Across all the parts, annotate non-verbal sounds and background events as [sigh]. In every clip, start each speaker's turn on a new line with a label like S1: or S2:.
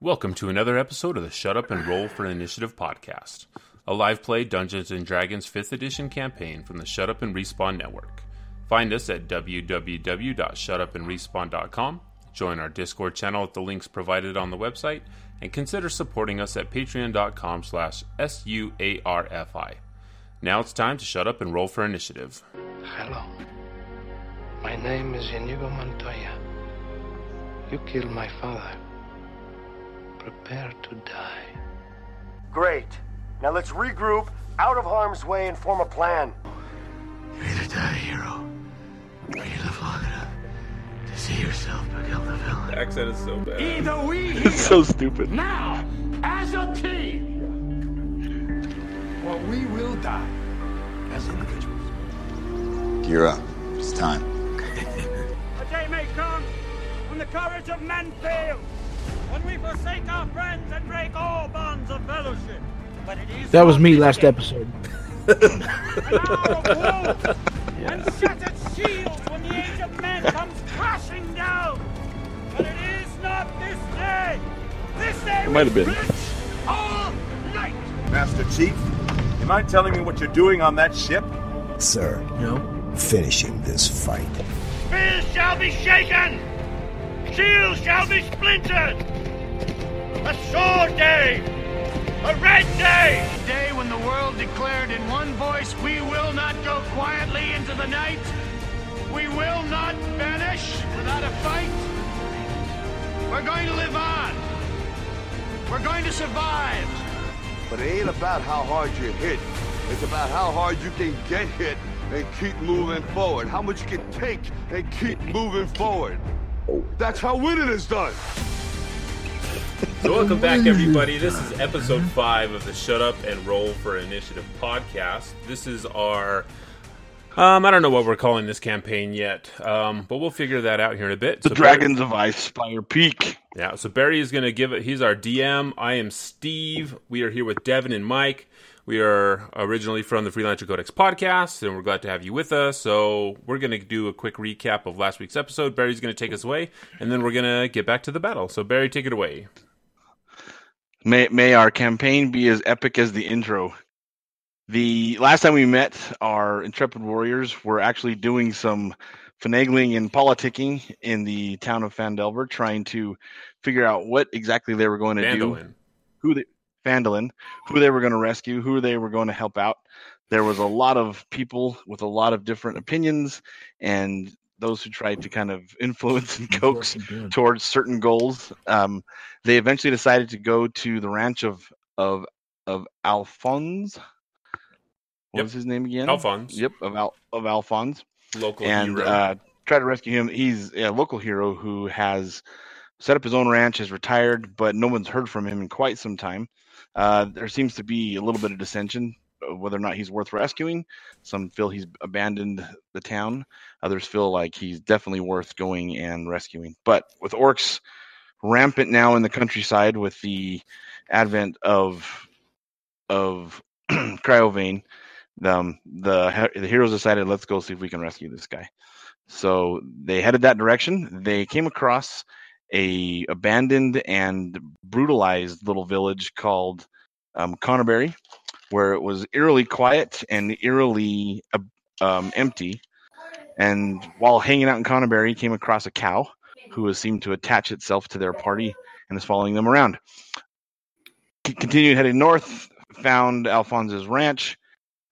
S1: Welcome to another episode of the Shut Up and Roll for an Initiative podcast, a live play Dungeons and Dragons 5th edition campaign from the Shut Up and Respawn network. Find us at www.shutupandrespawn.com, join our Discord channel at the links provided on the website, and consider supporting us at patreon.com slash S-U-A-R-F-I. Now it's time to shut up and roll for initiative.
S2: Hello. My name is Inigo Montoya. You killed my father. Prepare to die.
S3: Great. Now let's regroup, out of harm's way, and form a plan.
S4: Ready to die, hero. Ready to live long enough to see yourself become the villain.
S5: accent is so bad.
S6: Either we
S7: so stupid.
S6: now, as a team, or we will die as individuals.
S8: Gear up. It's time.
S9: A day may come when the courage of men fails, when we forsake our friends and break all bonds of fellowship. But it is
S10: That was me
S9: not
S10: last
S9: yet.
S10: episode.
S9: [laughs] An hour of wolves and shattered shields when the age of man comes crashing down. But it is not this day. This day
S7: might have
S9: we
S7: been.
S9: blitz all night.
S11: Master Chief, you mind telling me what you're doing on that ship?
S8: Sir,
S10: No.
S8: finishing this fight.
S9: Spears shall be shaken. Shields shall be splintered. A sword day. A red day.
S6: Day when the world declared in one voice, we will not go quietly into the night. We will not vanish without a fight. We're going to live on. We're going to survive.
S11: But it ain't about how hard you're hit. It's about how hard you can get hit and keep moving forward. How much you can take and keep moving forward. That's how winning is done.
S5: So welcome back, everybody. This is episode five of the Shut Up and Roll for Initiative podcast. This is our. Um, I don't know what we're calling this campaign yet, um, but we'll figure that out here in a bit.
S7: The
S5: So Barry-
S7: Dragons of Ice Spire Peak.
S5: yeah, so Barry is going to give it. He's our DM. I am Steve. We are here with Devin and Mike. We are originally from the Freelancer Codex podcast, and we're glad to have you with us. So we're going to do a quick recap of last week's episode. Barry's going to take us away, and then we're going to get back to the battle. So Barry, take it away.
S7: May, may our campaign be as epic as the intro. The last time we met, our intrepid warriors were actually doing some finagling and politicking in the town of Fandelver, trying to figure out what exactly they were going to do.
S5: Mandolin.
S7: who they Vandalin, who they were going to rescue, who they were going to help out. There was a lot of people with a lot of different opinions, and those who tried to kind of [laughs] influence and coax towards certain goals. Um, they eventually decided to go to the ranch of of of Alphonse. What
S5: Yep.
S7: was his name again?
S5: Alphonse.
S7: Yep, of Al- of Alphonse
S5: local
S7: and
S5: hero.
S7: uh, try to rescue him. He's a local hero who has set up his own ranch, is retired, but no one's heard from him in quite some time. Uh, there seems to be a little bit of dissension uh, whether or not he's worth rescuing. Some feel he's abandoned the town. Others feel like he's definitely worth going and rescuing. But with orcs rampant now in the countryside, with the advent of of [clears throat] cryovane, um, the he- the heroes decided let's go see if we can rescue this guy. So they headed that direction. They came across a abandoned and brutalized little village called um, Connerbury, where it was eerily quiet and eerily uh, um, empty. And while hanging out in Connerbury, came across a cow who has seemed to attach itself to their party and is following them around. C- continued heading north, found Alphonse's ranch,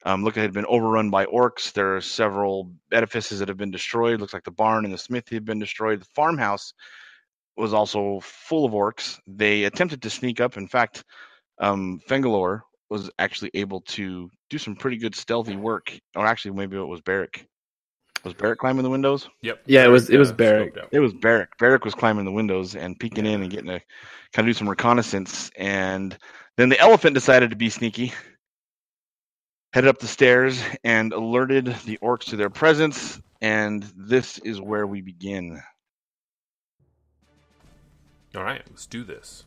S7: um, look, it had been overrun by orcs. There are several edifices that have been destroyed. Looks like the barn and the smithy have been destroyed. The farmhouse was also full of orcs. They attempted to sneak up. In fact, um, Fengalore was actually able to do some pretty good stealthy work. Or actually, maybe it was Barrick. Was Barrick climbing the windows?
S5: yep.
S10: Yeah, it was- it was
S5: uh,
S10: Barrick.
S5: scoped out.
S7: It was Barrick. Barrick was climbing the windows and peeking in and getting a kind of do some reconnaissance. And then the elephant decided to be sneaky, headed up the stairs and alerted the orcs to their presence. And this is where we begin.
S5: All right, let's do
S7: [laughs]
S5: this.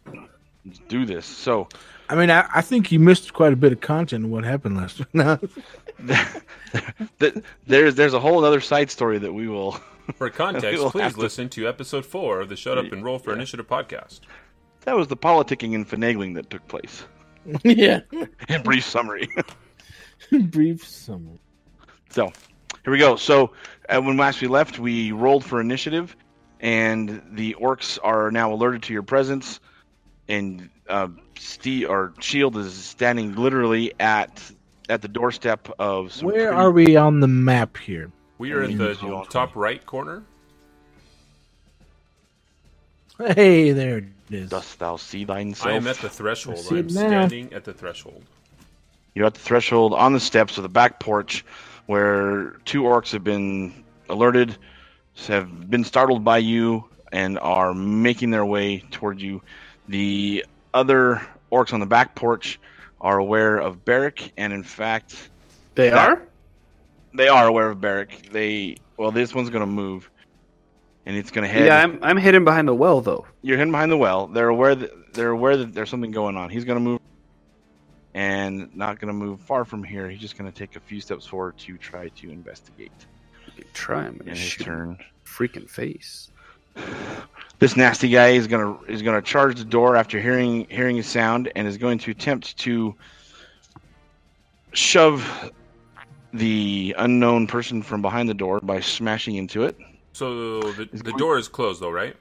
S7: Let's do this. So
S10: I mean, I, I think you missed quite a bit of content. in What happened last [laughs] week?
S7: [laughs]
S10: No.
S7: th- there's there's a whole other side story that we will
S5: For
S7: We
S5: context,
S7: will
S5: please
S7: have to-
S5: listen to episode four of the Shut Up and Roll for Initiative podcast.
S7: That was the politicking and finagling that
S6: [laughs]
S7: took place.
S12: yeah.
S7: In brief summary. [laughs]
S6: brief summary.
S7: So, here we go. So, uh, when last we left, we rolled for initiative, and the orcs are now alerted to your presence, and uh, Steve or Shield E is standing literally at at the doorstep of. Some
S6: Where
S7: pretty-
S6: are we on the map here?
S5: We are in the top right corner.
S6: Hey, there it is.
S7: Dost thou see thine
S5: I am at the threshold. I
S6: it
S5: am
S6: now.
S5: standing at the threshold.
S7: You're at the threshold on the steps of the back porch where two orcs have been alerted, have been startled by you, and are making their way toward you. The other orcs on the back porch are aware of Barrick, and in fact,
S12: They are?
S7: they are aware of Barrick. They, well, this one's going to move, and it's going to head.
S12: Yeah, I'm, I'm hidden behind the well, though.
S7: You're hidden behind the well. They're aware that they're aware that there's something going on. He's going to move, and not going to move far from here. He's just going to take a few steps forward to try to investigate.
S12: Try him. and
S7: In his
S12: shoot him
S7: turn,
S12: Freaking face.
S7: this nasty guy is going to is going to charge the door after hearing hearing his sound, and is going to attempt to shove the unknown person from behind the door by smashing into it.
S5: So the, the door is closed, though, right?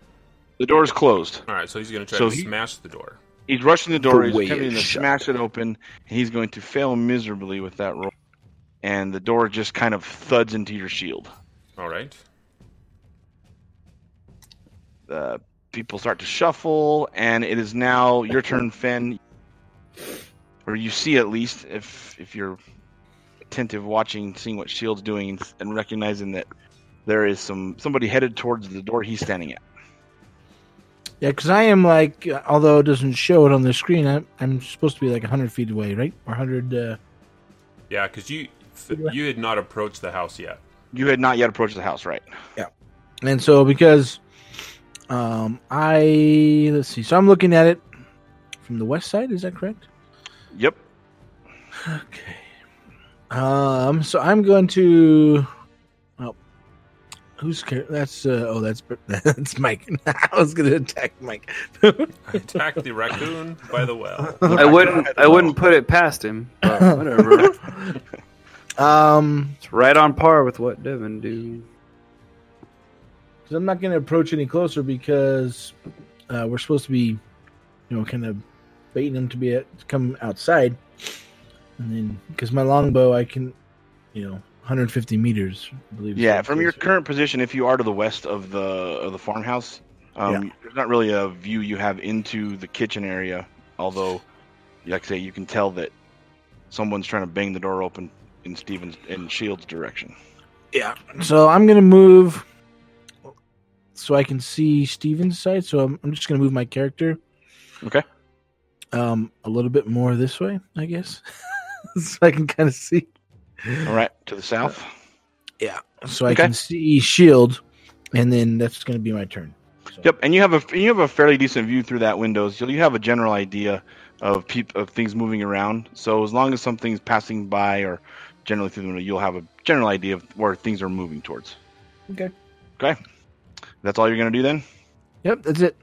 S7: The door is closed.
S5: All right, so he's going to try
S7: So
S5: to
S7: he-
S5: smash the door.
S7: He's rushing the door.
S12: The way
S7: he's coming
S12: it
S7: to
S12: shut.
S7: smash it open, and he's going to fail miserably with that roll. And the door just kind of thuds into your shield.
S5: All right.
S7: The Uh, people start to shuffle, and it is now your turn, Finn. Or you see at least, if if you're attentive, watching, seeing what Shield's doing, and recognizing that there is some somebody headed towards the door he's standing at.
S6: Yeah, because I am like, although it doesn't show it on the screen, I'm, I'm supposed to be like 100 feet away, right? Or 100. Uh,
S5: Yeah, because
S7: [laughs]
S5: you you had not approached the house yet.
S7: You had not yet approached the house, right?
S6: and so because um, I. Let's see. So I'm looking at it from the west side, is that correct?
S7: Yep.
S6: Okay. Um. So I'm going to. Oh, who's car- that's? Uh, oh, that's [laughs] that's Mike. [laughs] I was going to attack Mike. [laughs]
S5: Attack the raccoon by the well.
S12: I wouldn't I wouldn't put it past him. But whatever.
S6: um,
S12: it's right on par with what Devin do.
S6: 'cause I'm not going to approach any closer because uh, we're supposed to be, you know, kind of baiting them to be at, to come outside, and then because my longbow, I can, you know, 150 meters, I believe. is
S7: Yeah,
S6: what
S7: from
S6: it
S7: your
S6: is.
S7: current position, if you are to the west of the of the farmhouse, um, there's not really a view you have into the kitchen area. Although, like I say, you can tell that someone's trying to bang the door open in Stevens in Shields' direction.
S6: Yeah. So I'm gonna move so I can see Steven's side. So I'm, I'm just gonna move my character.
S7: Okay.
S6: Um, a little bit more this way, I guess, [laughs] so I can kind of see.
S7: All right, to the south.
S6: Yeah. So I
S7: Okay.
S6: can see Shield, and then that's gonna be my turn.
S7: Yep, and you have a you have a fairly decent view through that window, so you have a general idea of peop, of things moving around. So as long as something's passing by or generally through the window, you'll have a general idea of where things are moving towards.
S6: Okay.
S7: Okay, that's all you're gonna do then.
S6: Yep. That's it.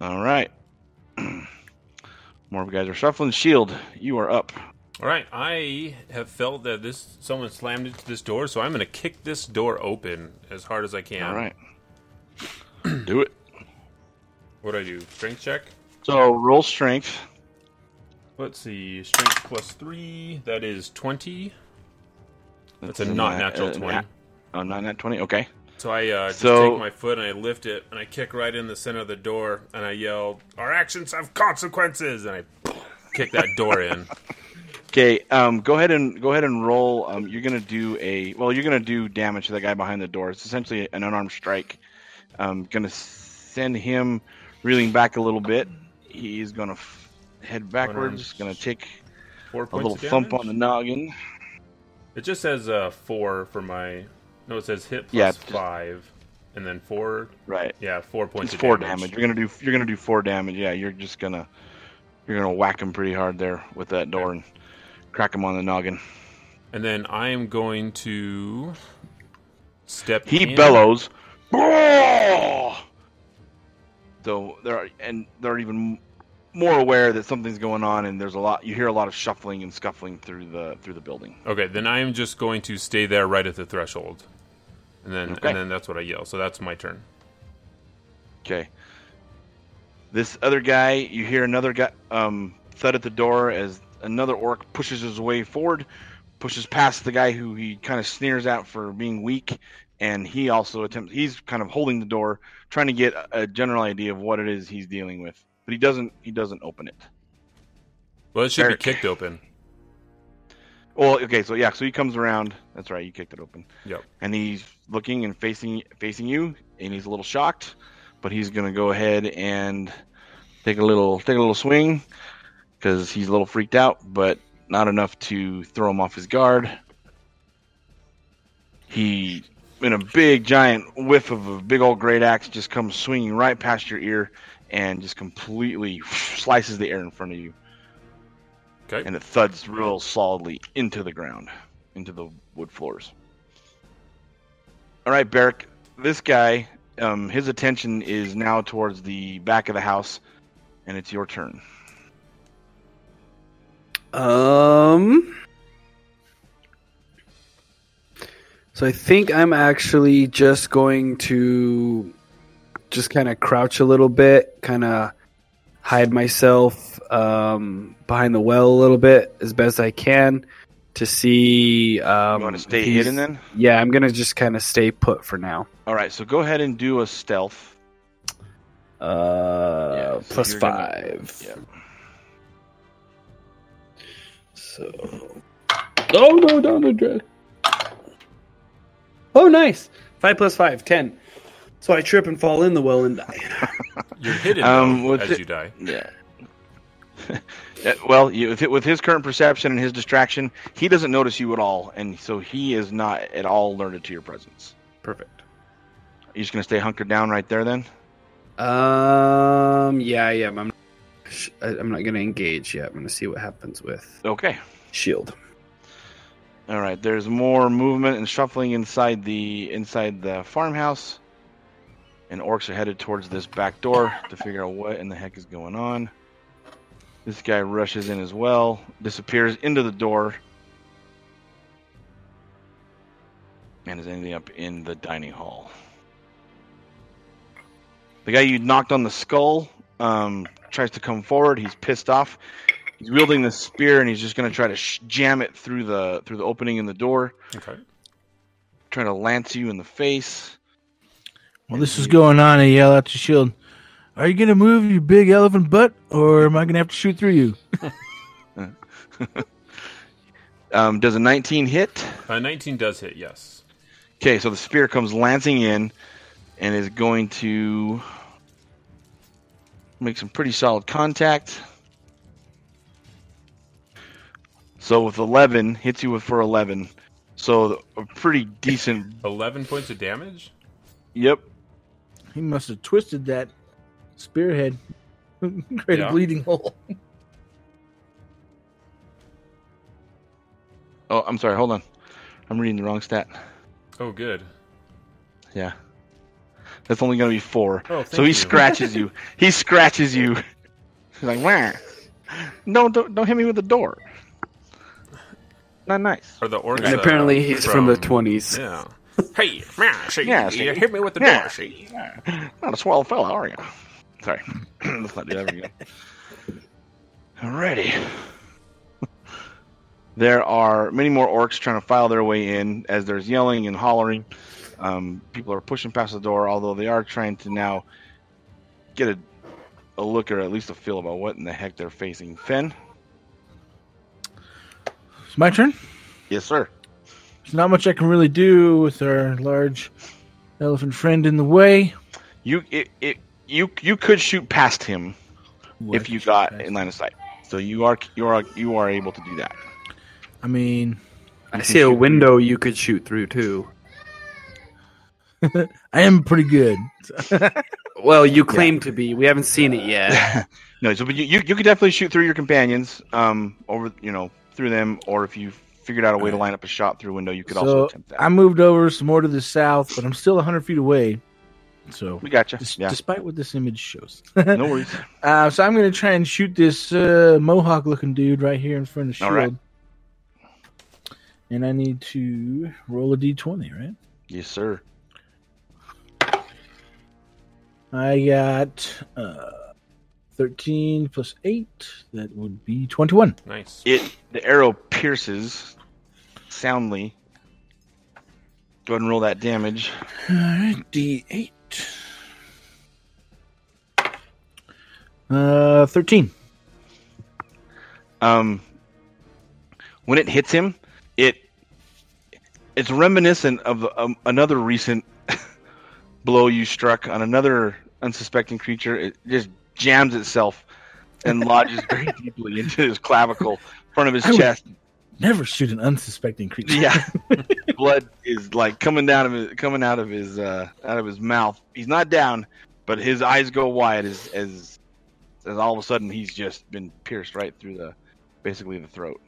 S7: All right. [clears throat] More of you guys are shuffling. Shield, you are up.
S5: All right, I have felt that this someone slammed into this door, so I'm going to kick this door open as hard as I can. [clears throat]
S7: All right. do it.
S5: What do I do? Strength check.
S7: So roll strength.
S5: Let's see. Strength plus three. That is twenty. That's, a
S7: an
S5: not
S7: a-
S5: natural
S7: an
S5: twenty.
S7: a- Oh, not nat twenty. Okay.
S5: So I uh, just
S7: So-
S5: take my foot and I lift it and I kick right in the center of the door and I yell, "Our actions have consequences!" and I kick that door
S7: [laughs]
S5: in.
S7: Okay. Um, go ahead and go ahead and roll. Um, you're gonna do a well. You're gonna do damage to the guy behind the door. It's essentially an unarmed strike. Um, gonna send him reeling back a little bit. He's gonna f- head backwards. Gonna take
S5: Four
S7: a
S5: points
S7: little
S5: of damage?
S7: thump on the noggin.
S5: It just says uh, four for my. No, it says hit plus
S7: Yeah, it's just-
S5: five, and then four.
S7: Right.
S5: Yeah, four points.
S7: It's
S5: of
S7: four
S5: damage.
S7: damage. You're gonna do you're gonna do four damage. Yeah, you're just gonna you're gonna whack him pretty hard there with that door and crack him on the noggin.
S5: And then I am going to step.
S7: He
S5: in.
S7: bellows, "Brawl!" So they're and they're even more aware that something's going on, and there's a lot. You hear a lot of shuffling and scuffling through the through the building.
S5: Okay, then I am just going to stay there right at the threshold, and then and then that's what I yell. So that's my turn.
S7: Okay. This other guy, you hear another guy um, thud at the door as another orc pushes his way forward, pushes past the guy who he kind of sneers at for being weak, and he also attempts. He's kind of holding the door, trying to get a- a general idea of what it is he's dealing with, but he doesn't. He doesn't open it.
S5: Well, it should
S7: Eric.
S5: be kicked open.
S7: Well, okay, so yeah, so he comes around. That's right, you kicked it open.
S5: Yep.
S7: And he's looking and facing facing you, and he's a little shocked, but he's gonna go ahead and take a little take a little swing because he's a little freaked out, but not enough to throw him off his guard. He, in a big giant whiff of a big old great axe, just comes swinging right past your ear and just completely slices the air in front of you.
S5: Okay.
S7: And it thuds real solidly into the ground, into the wood floors. All right, Beric. This guy, um, his attention is now towards the back of the house, and it's your turn.
S12: Um. So I think I'm actually just going to just kind of crouch a little bit, kind of hide myself um, behind the well a little bit as best I can to see. Um,
S7: wanna stay
S12: if he's-
S7: hidden then?
S12: Yeah, I'm gonna just kind of stay put for now.
S7: All right, so go ahead and do a stealth.
S12: Uh,
S7: so
S12: plus
S7: you're gonna-
S12: five.
S7: Yeah.
S12: So. Oh no, down the dread. Oh, nice. Five plus five, ten. So I trip and fall in the well and die.
S5: You're hidden
S7: Um,
S5: though,
S7: what's
S5: as
S7: it-
S5: you die.
S7: Yeah. Uh, well, you, with, with his current perception and his distraction, he doesn't notice you at all, and so he is not at all alerted to your presence.
S12: Perfect.
S7: You're just gonna stay hunkered down right there, then.
S12: Um. Yeah, I am. I'm. sh- I- I'm not gonna engage yet. I'm gonna see what happens with
S7: Okay.
S12: shield.
S7: All right. There's more movement and shuffling inside the inside the farmhouse, and orcs are headed towards this back door to figure out what in the heck is going on. This guy rushes in as well, disappears into the door, and is ending up in the dining hall. The guy you knocked on the skull um, tries to come forward. He's pissed off. He's wielding the spear and he's just going to try to sh- jam it through the through the opening in the door,
S5: Okay.
S7: trying to lance you in the face.
S6: While this is going on, I yell out to Shield, Are you going to move your big elephant butt, or am I going to have to shoot through you?
S7: Um, does a 19 hit?
S5: Uh, 19 does hit. Yes.
S7: Okay, so the spear comes lancing in and is going to make some pretty solid contact. So with 11, hits you with for 11. So a pretty decent.
S5: 11 points of damage.
S7: Yep.
S6: He must have twisted that spearhead. [laughs] Created
S5: Yeah.
S6: a bleeding hole.
S7: Oh, I'm sorry. Hold on. I'm reading the wrong stat.
S5: Oh, good.
S7: Yeah. That's only going to be four.
S5: Oh, thank
S7: so he
S5: you.
S7: scratches
S5: [laughs]
S7: you. He scratches you. He's like, Wah. no, don't, don't hit me with the door. Not nice.
S5: Or the orcs.
S12: And apparently he's from the 20s.
S5: Yeah. Hey, man, she,
S7: Yeah,
S5: you
S7: see?
S5: hit me with the
S7: Yeah.
S5: door. She.
S7: Not a swell fella, are you? Sorry. [clears throat] Let's not do that again. Alrighty. There are many more orcs trying to file their way in as there's yelling and hollering. Um, people are pushing past the door, although they are trying to now get a, a look or at least a feel about what in the heck they're facing. Finn?
S6: It's my turn.
S7: Yes, sir.
S6: There's not much I can really do with our large elephant friend in the way.
S7: You it, it you you could shoot past him if you got in line of sight. So you are you are you are able to do that.
S6: I mean,
S12: I see a window you could shoot through too.
S6: [laughs] I am pretty good.
S12: Well, you claim to be. We haven't seen it yet.
S7: No, so but you, you you could definitely shoot through your companions, um, over you know through them, or if you figured out a way to line up a shot through a window, you could also
S6: so
S7: attempt that.
S6: I moved over some more to the south, but I'm still 100 feet away. So
S7: we got you.
S6: yeah. Despite what this image shows, [laughs]
S7: no worries.
S6: Uh, so I'm going to try and shoot this uh, mohawk-looking dude right here in front of the
S7: All
S6: shield,
S7: right.
S6: and I need to roll a d20, right?
S7: Yes, sir.
S6: I got uh, 13 plus 8. That would be 21.
S5: Nice.
S7: It the arrow pierces soundly. Go ahead and roll that damage.
S6: All right, D8. Uh, 13.
S7: Um, when it hits him, it it's reminiscent of um, another recent [laughs] blow you struck on another unsuspecting creature. It just jams itself and lodges very deeply into his clavicle, in front of his
S6: I would-
S7: chest.
S6: Never shoot an unsuspecting creature.
S7: Yeah, [laughs] blood is like coming down of his, coming out of his uh, out of his mouth. He's not down, but his eyes go wide as as as all of a sudden he's just been pierced right through the basically the throat.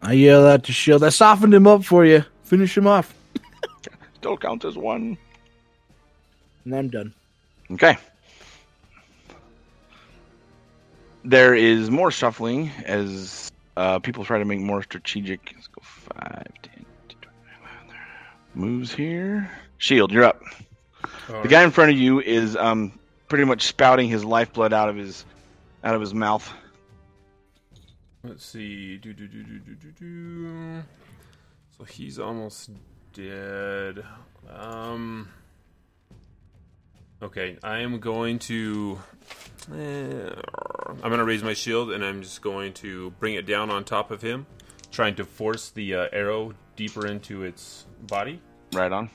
S6: I yell out to Shield. I softened him up for you. Finish him off.
S7: Still counts as one.
S6: And I'm done.
S7: Okay. There is more shuffling as uh, people try to make more strategic. Let's go five, 10, 20, moves here. Shield, you're up. The guy in front of you is um, pretty much spouting his lifeblood out of his out of his mouth.
S5: Let's see. Do, do, do, do, do, do, do. So he's almost dead. Um. Okay, I am going to. eh, I'm going to raise my shield and I'm just going to bring it down on top of him, trying to force the uh, arrow deeper into its body.
S7: Right on.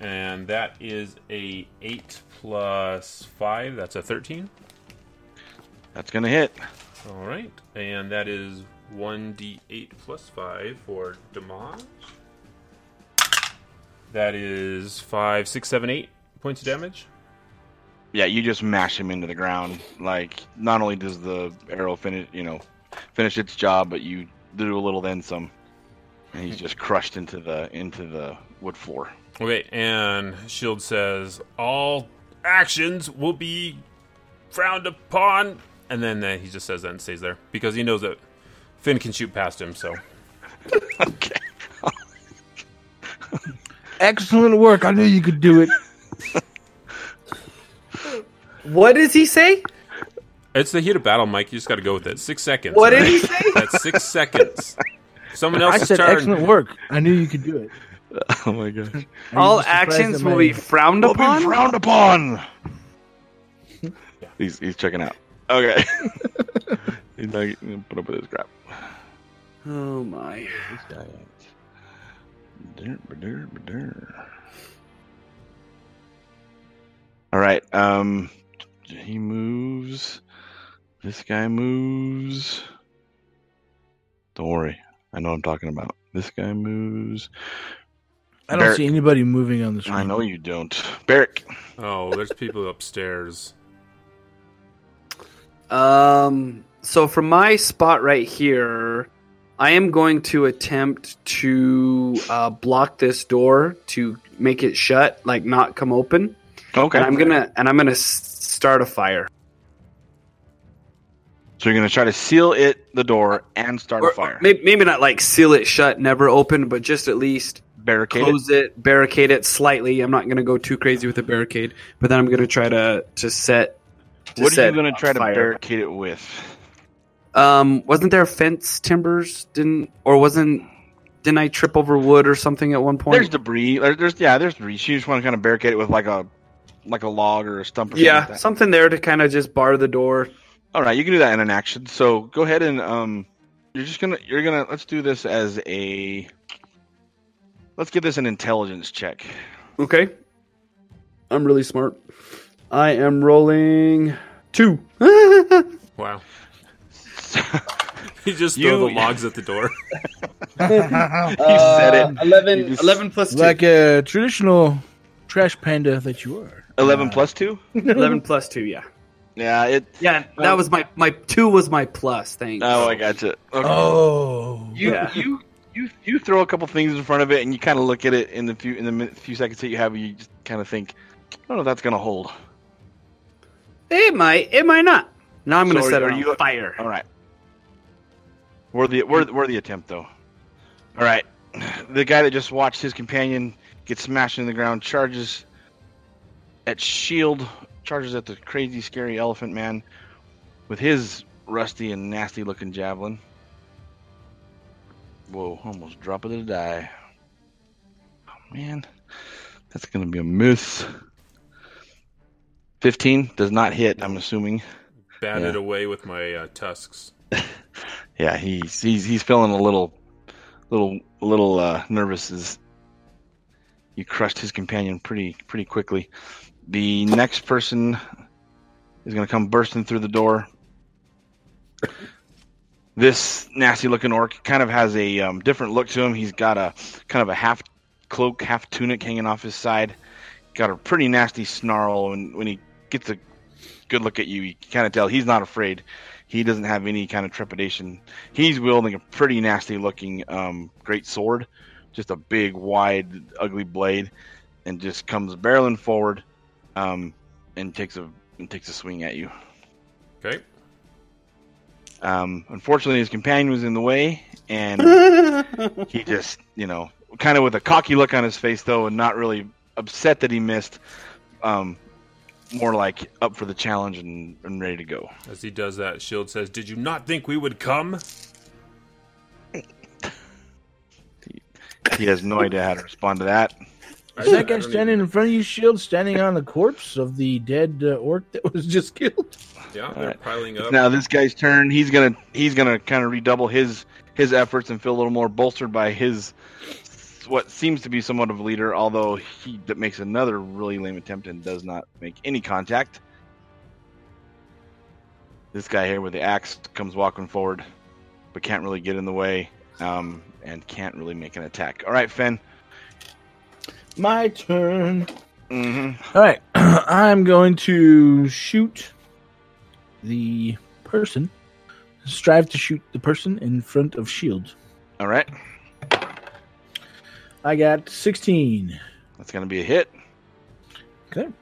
S5: And that is a 8 plus 5. That's a 13.
S7: That's gonna hit.
S5: All right, and that is 1d8 plus 5 for damage. That is five, six, seven, eight points of damage.
S7: Yeah, you just mash him into the ground. Like not only does the arrow finish, you know, finish its job, but you do a little then some. And he's just crushed into the into the wood floor. [laughs]
S5: Okay, and Shield says, All actions will be frowned upon. And then uh, he just says that and stays there because he knows that Finn can shoot past him, so.
S6: Excellent work. I knew you could do
S7: [laughs]
S6: it.
S12: What does he say?
S5: It's the heat of battle, Mike. You just got to go with it. Six seconds.
S12: What
S5: all
S12: did he
S7: [laughs]
S5: right? That's
S12: [laughs]
S5: six seconds. Someone
S6: I
S5: else's
S6: said
S5: turn.
S6: excellent work. I knew you could do it.
S7: Oh my gosh.
S6: Are you surprised that my-
S12: frowned
S7: Will be frowned [laughs] upon. He's he's checking out. [laughs] Okay. he's like put up with this crap.
S12: Oh my.
S7: Badur, badur, badur. All right. Um, he moves. This guy moves. Don't worry. I know what I'm talking about. This guy moves.
S6: I don't see anybody moving on the screen.
S7: I
S6: [laughs]
S7: know you don't. Barrick.
S5: Oh, there's people upstairs.
S12: Um. So from my spot right here, I am going to attempt to uh, block this door to make it shut, like not come open.
S7: Okay.
S12: And I'm gonna and I'm gonna s- start a fire.
S7: So you're gonna try to seal it, the door, and start a fire.
S12: Maybe, maybe not like seal it shut, never open, but just at least
S7: Barricade
S12: close it. barricade it slightly. I'm not going to go too crazy with a barricade, but then I'm going to try to to set. To
S7: What are you
S12: set
S7: gonna
S12: a
S7: try to
S12: fire.
S7: barricade it with?
S12: Um, wasn't there fence timbers? Didn't or wasn't? Didn't I trip over wood or something at one point?
S7: There's debris. There- There's yeah. There's debris. You just want to kind of barricade it with like a like a log or a stump. Or
S12: yeah,
S7: Something like that.
S12: something there to kind of just bar the door.
S7: All right, you can do that in an action. So go ahead and um, you're just gonna you're gonna let's do this as a let's give this an intelligence check. [laughs]
S12: Okay, I'm really smart. I am rolling two. I
S5: Wow. [laughs] he just threw
S7: You-
S5: the logs at the door. [laughs]
S7: You said it.
S12: 11,
S7: You just-
S12: 11 plus two.
S6: Like a traditional trash panda that you are.
S7: Eleven plus two.
S12: 11 plus two. Yeah.
S7: Yeah. It.
S12: Yeah, that was my my two was my plus. Thanks.
S7: Oh, I gotcha. Okay.
S6: Oh.
S7: you
S12: yeah.
S7: you you you throw a couple things in front of it, and you kind of look at it in the few in the min- few seconds that you have. You just kind of think, I don't know if that's gonna hold.
S12: It might. It might not. Now I'm going to
S7: So
S12: set
S7: are
S12: it on
S7: you-
S12: fire.
S7: All right. Where the where where the attempt though? All right. The guy that just watched his companion get smashed in the ground charges at shield, E charges at the crazy scary elephant man with his rusty and nasty looking javelin. Whoa! Almost drop it to die. Oh man, that's gonna be a miss. Fifteen does not hit. I'm assuming.
S5: Batted
S7: Yeah.
S5: away with my uh, tusks.
S7: Yeah, he's he's he's feeling a little, little, little uh, nervous. As you crushed his companion pretty pretty quickly. The next person is going to come bursting through the door. This nasty-looking orc kind of has a um, different look to him. He's got a kind of a half cloak, half tunic hanging off his side. Got a pretty nasty snarl, and when he gets a good look at you, you can kind of tell he's not afraid. He doesn't have any kind of trepidation. He's wielding a pretty nasty looking um, great sword, just a big, wide, ugly blade, and just comes barreling forward um, and takes a and takes a swing at you.
S5: Okay.
S7: Um, unfortunately, his companion was in the way, and he just, you know, kind of with a cocky look on his face, though, and not really upset that he missed. Um, more like up for the challenge and, and ready to go.
S5: As he does that, Shield E says, Did you not think we would come?
S7: He has no idea how to respond to that.
S6: Is that guy standing in front of you, Shield, standing on the corpse of the dead uh, orc that was [laughs] just killed?
S5: Yeah,
S7: All
S5: they're
S7: right.
S5: piling
S7: It's
S5: up.
S7: now this guy's turn. He's gonna he's gonna kind of redouble his his efforts and feel a little more bolstered by his what seems to be somewhat of a leader. Although he that makes another really lame attempt and does not make any contact. This guy here with the axe comes walking forward, but can't really get in the way um, and can't really make an attack. All right, Fenn.
S6: My turn.
S7: Mm-hmm.
S6: All right, [clears throat] I'm going to shoot the person. Strive to shoot the person in front of Shield.
S7: All right,
S6: I got 16.
S7: that's gonna be a hit.
S6: Okay.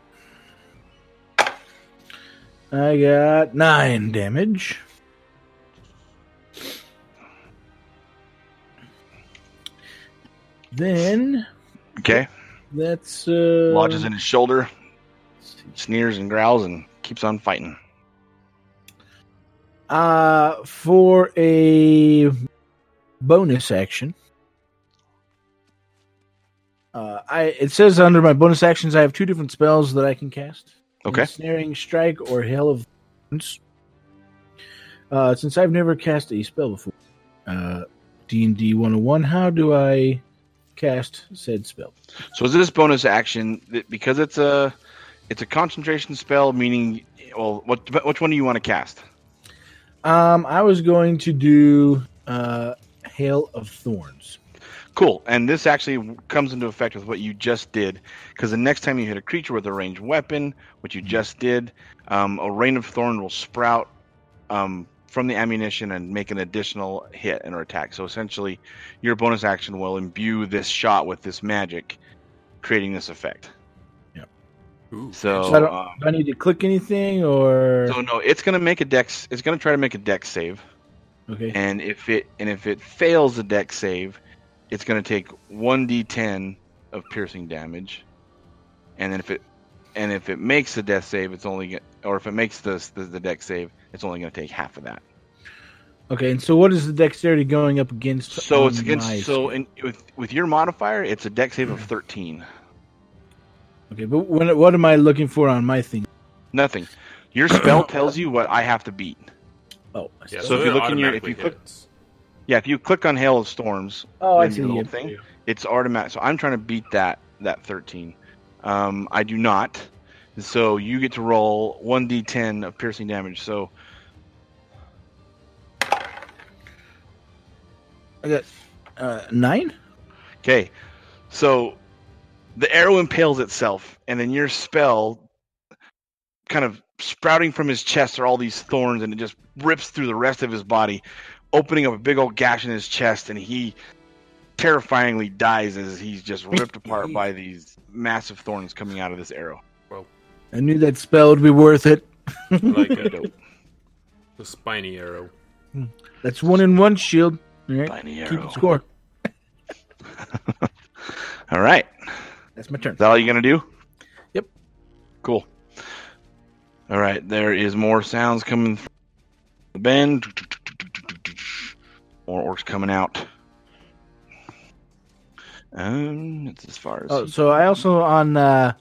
S6: I got 9 damage. Then
S7: Okay,
S6: that's uh
S7: lodges in his shoulder, sneers and growls, and keeps on fighting.
S6: Uh, for a bonus action, uh, I it says under my bonus actions I have two different spells that I can cast:
S7: Okay.
S6: Snaring Strike or Hail of Thorns. Uh, since I've never cast a spell before, uh, D and D one hundred and one, how do I cast said spell?
S7: So is this bonus action that- because it's a it's a concentration spell, meaning well, what which one do you want to cast?
S6: Um, I was going to do uh, Hail of Thorns.
S7: Cool. And this actually comes into effect with what you just did, because the next time you hit a creature with a ranged weapon, which you
S6: Mm-hmm.
S7: just did, um, a rain of thorn will sprout um, from the ammunition and make an additional hit and or attack. So essentially, your bonus action will imbue this shot with this magic, creating this effect.
S5: Ooh.
S7: So,
S6: So I don't,
S7: um,
S6: do I need to click anything or
S7: so no, it's gonna make a dex. It's gonna try to make a dex save.
S6: okay?
S7: and if it and if it fails the deck save, it's going to take one d10 of piercing damage, and then if it and if it makes the death save, it's only get, or if it makes the the, the deck save, it's only going to take half of that.
S6: Okay, and so what is the dexterity going up against?
S7: So it's
S6: on
S7: against
S6: my-
S7: so in, with with your modifier, it's a deck save of 13.
S6: okay, but when, what am I looking for on my thing?
S7: Nothing. Your spell tells you what I have to beat.
S6: Oh, I
S5: Yeah,
S6: see.
S7: so if you
S5: it
S7: look in your- if
S5: automatically
S7: you click-
S5: hits.
S7: Yeah, if you click on Hail of Storms,
S6: Oh, I
S7: in
S6: see.
S7: your little
S6: yeah.
S7: thing, it's automatic. So I'm trying to beat that that 13. Um, I do not. So you get to roll 1d10 of piercing damage. So
S6: I got uh, nine.
S7: okay, so the arrow impales itself, and then your spell, kind of sprouting from his chest, are all these thorns, and it just rips through the rest of his body, opening up a big old gash in his chest, and he terrifyingly dies as he's just ripped apart by these massive thorns coming out of this arrow.
S6: I knew that spell would be worth it.
S5: like
S7: [laughs]
S5: a, a spiny arrow.
S6: That's one in one shield. All right.
S7: arrow.
S6: Keep score.
S7: All right.
S6: That's my turn.
S7: Is that all you're gonna do?
S6: Yep.
S7: Cool. All right. There is more sounds coming from the bend. More orcs coming out. Um, it's as far as.
S6: Oh, so I also on. uh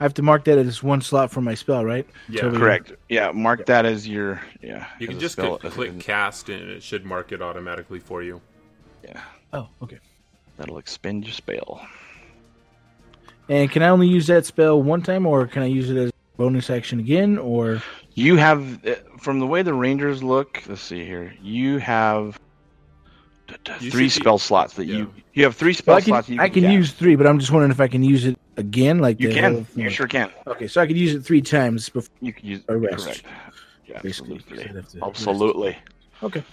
S6: I have to mark that as one slot for my spell, right? So we-
S7: correct. Yeah, mark that as your yeah.
S5: You
S7: as
S5: can
S7: a
S5: just
S7: spell.
S5: click, click cast and it should mark it automatically for you.
S7: Yeah.
S6: Oh, okay.
S7: That'll expend your spell.
S6: And can I only use that spell one time, or can I use it as bonus action again? Or
S7: You have, uh, from the way the rangers look, let's see here. You have d- d-
S6: You
S7: three
S6: should be-
S7: spell slots that you you have three spell
S6: I can,
S7: slots. that you
S6: I can
S7: cast.
S6: use three, but I'm just wondering if I can use it again, like
S7: You
S6: the
S7: can.
S6: whole thing.
S7: You sure can.
S6: Okay, so I could use it three times before
S7: you can use
S6: a rest.
S7: Correct. Yeah,
S6: Oh, Basically,
S7: absolutely.
S6: I'd have to-
S7: Absolutely.
S6: Okay.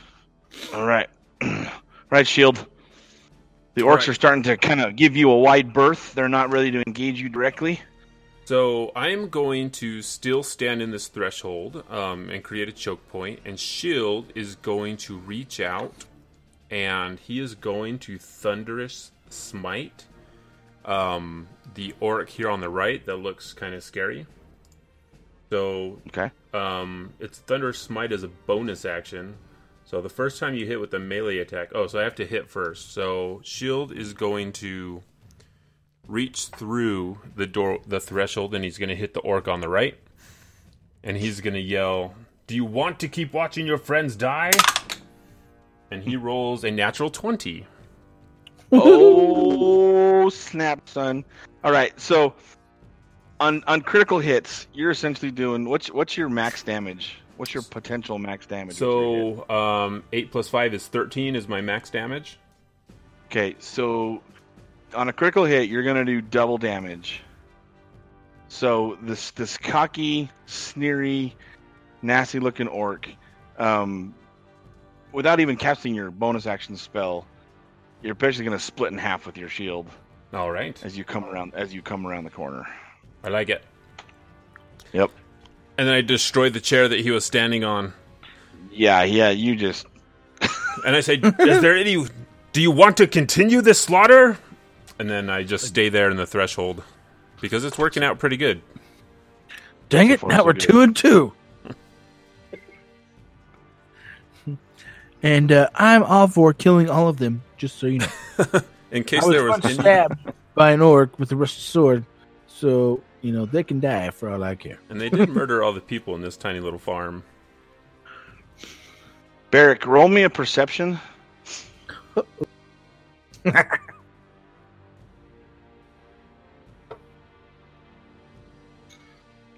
S7: All right. [clears throat] right, Shield. The orcs
S5: Right.
S7: are starting to kind of give you a wide berth. They're not ready to engage you directly.
S5: So I'm going to still stand in this threshold um, and create a choke point, and Shield is going to reach out, and he is going to thunderous smite um, the orc here on the right that looks kind of scary. So
S7: okay,
S5: um, it's thunderous smite as a bonus action. So the first time you hit with the melee attack, oh, so I have to hit first. So Shield is going to reach through the door the threshold and he's going to hit the orc on the right and he's going to yell do you want to keep watching your friends die and he rolls a natural 20
S7: oh snap, son! All right, so on on critical hits, you're essentially doing what's what's your max damage? What's your potential max damage?
S5: so um, 8 plus 5 is 13 is my max damage
S7: Okay, so on a critical hit, you're gonna do double damage. So this this cocky, sneery, nasty-looking orc, um, without even casting your bonus action spell, you're basically gonna split in half with your shield.
S5: All right.
S7: As you come around, as you come around the corner.
S5: i like it
S7: Yep.
S5: and then i destroyed the chair that he was standing on
S7: yeah yeah you just
S5: and i say is there any do you want to continue this slaughter and then i just stay there in the threshold because it's working out pretty good
S6: dang it,
S5: So far,
S6: now
S5: so
S6: we're
S5: good.
S6: two and two. and uh, I'm all for killing all of them, just so
S5: [laughs]
S6: you know.
S5: in case
S6: I was
S5: there was
S6: once
S5: any-
S6: stabbed by an orc with a rusty sword, so you know they can die for all I care.
S5: And they did murder all the people in this tiny little farm. [laughs]
S7: Barrick, roll me a perception.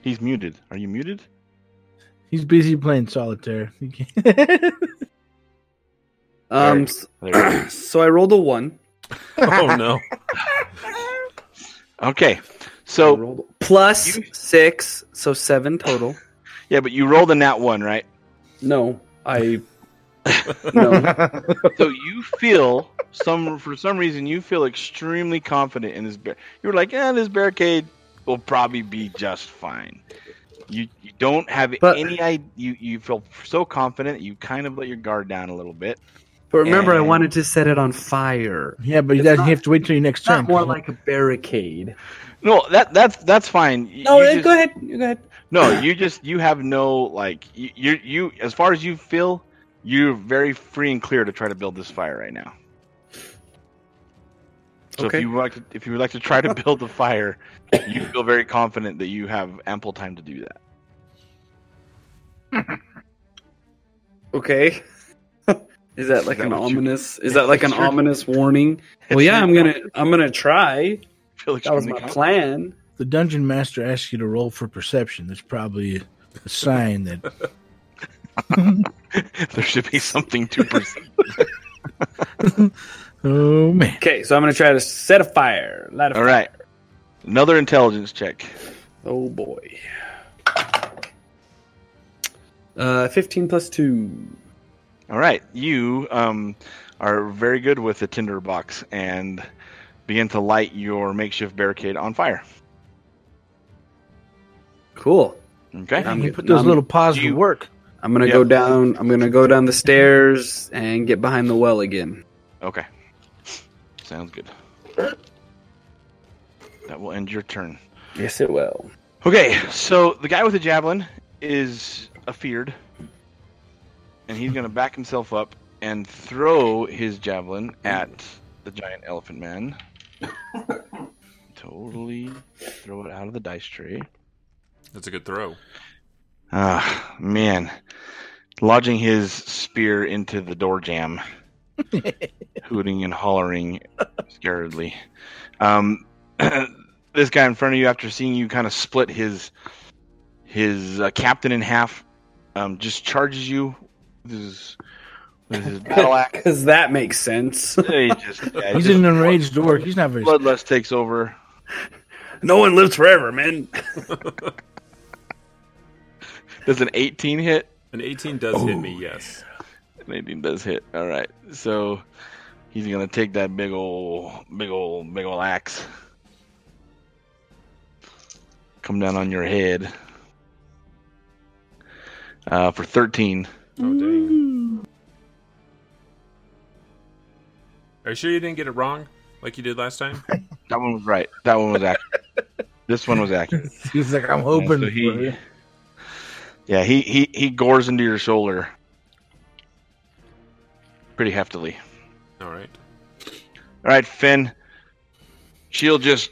S7: He's muted. Are you muted?
S6: He's busy playing solitaire. [laughs] He can't-
S12: Um,
S7: There
S12: s- so I rolled a one.
S5: Oh no!
S7: Okay, so
S12: plus six, so seven total.
S7: [laughs] Yeah, but you rolled a nat one, right?
S12: No,
S7: [laughs]
S12: I
S7: so you feel some for some reason you feel extremely confident in this bear. You're like, yeah, this barricade will probably be just fine. You you don't have any idea. You you feel so confident. You kind of let your guard down a little bit.
S12: But remember, I
S7: And-
S12: wanted to set it on fire.
S6: yeah, but you guys have to wait till your next turn.
S12: More like a barricade.
S7: No, that that's that's fine.
S12: No,
S7: You
S12: eh,
S7: just-
S12: go ahead. You go ahead.
S7: No, you just you have no like you you, you as far as you feel, you're very free and clear to try to build this fire right now. So
S12: Okay.
S7: if you would like to, if you would like to try to build the fire, you feel very confident that you have ample time to do that. [laughs]
S12: Okay. is that like
S7: Is that
S12: an
S7: what you-
S12: ominous? Is that like an
S7: It's your-
S12: ominous warning? Well,
S7: It's
S12: yeah,
S7: your-
S12: I'm gonna I'm gonna try. That was
S7: extremely
S12: my
S7: confident.
S12: plan.
S6: the dungeon master asks you to roll for perception. That's probably a sign that
S7: [laughs] there should be something to perceive.
S6: oh man.
S12: Okay, so I'm gonna try to set a fire. Light a
S7: All right, another intelligence check.
S12: Oh boy. Uh, fifteen plus two.
S7: All right, you um, are very good with the tinder box and begin to light your makeshift barricade on fire.
S12: Cool.
S7: Okay.
S6: You can put those little paws to work.
S12: I'm gonna go down. I'm gonna go down the stairs and get behind the well again.
S7: Okay. Sounds good. That will end your turn.
S12: Yes, it will.
S7: Okay, so the guy with the javelin is afeared, and he's going to back himself up and throw his javelin at the giant elephant man. totally throw it out of the dice tray.
S5: That's a good throw.
S7: Ah, man. Lodging his spear into the door jamb, hooting and hollering scaredly. Um, [clears throat] this guy in front of you, after seeing you kind of split his his uh, captain in half, um, just charges you with his, with his battle axe.
S12: Because that makes sense.
S7: He just- yeah, he
S6: He's
S7: just-
S6: an enraged dork. He's not very.
S7: Bloodlust takes over.
S12: [laughs] No one lives forever, man.
S7: Does an 18 hit?
S5: An 18 does hit me, yes.
S7: An 18 does hit. All right. So he's going to take that big ol' big ol' big ol' axe. Come down on your head. Uh, for 13.
S5: Oh, dang. Are you sure you didn't get it wrong like you did last [laughs] time?
S7: That one was right. That one was accurate. this one was accurate.
S6: [laughs] He's like, I'm
S7: Yeah, so
S6: hoping.
S7: he- Yeah, he, he, he gores into your shoulder pretty heftily.
S5: All right.
S7: All right, Finn. Shield just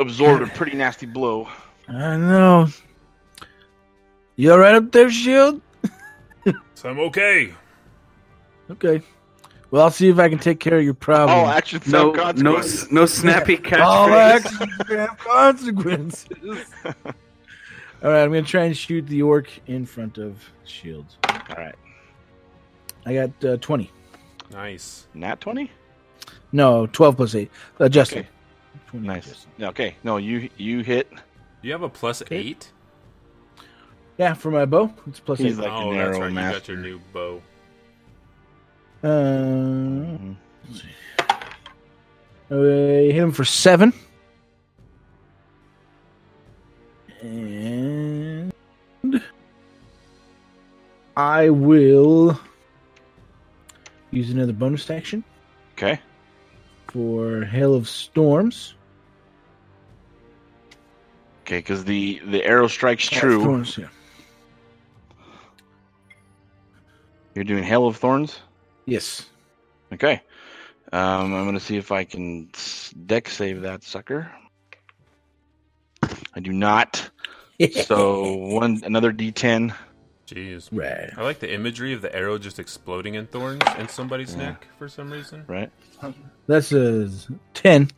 S7: absorbed a pretty nasty blow.
S6: I know. You all right up there, Shield?
S5: So I'm okay.
S6: Okay. Well, I'll see if I can take care of your problem.
S7: All actions have consequences.
S12: no [laughs] snappy
S6: All
S12: catchphrase.
S6: actions have consequences.
S7: [laughs]
S6: All right, I'm going to try and shoot the orc in front of Shield.
S7: All right.
S6: I got uh, 20.
S5: Nice.
S7: Nat 20?
S6: No, 12 plus 8. Adjusted.
S7: Okay. Nice. Okay. No, you you hit.
S5: You have a plus eight?
S6: Yeah, for my bow, it's plus
S7: He's
S6: 8.
S7: like
S5: oh,
S7: an
S5: that's
S7: arrow
S5: right. You got
S7: master.
S5: your new bow.
S6: Uh,
S7: Mm-hmm.
S6: uh, hit him for 7. And I will use another bonus action.
S7: Okay.
S6: for Hail of Storms.
S7: Okay, because the the arrow strikes
S6: Of
S7: true.
S6: Storms, yeah.
S7: You're doing hail of thorns.
S6: Yes.
S7: Okay. Um, I'm gonna see if I can s- deck save that sucker. I do not. so one another D10.
S5: Jeez.
S6: Right.
S5: I like the imagery of the arrow just exploding in thorns in somebody's neck for some reason.
S7: Right.
S6: That's a 10.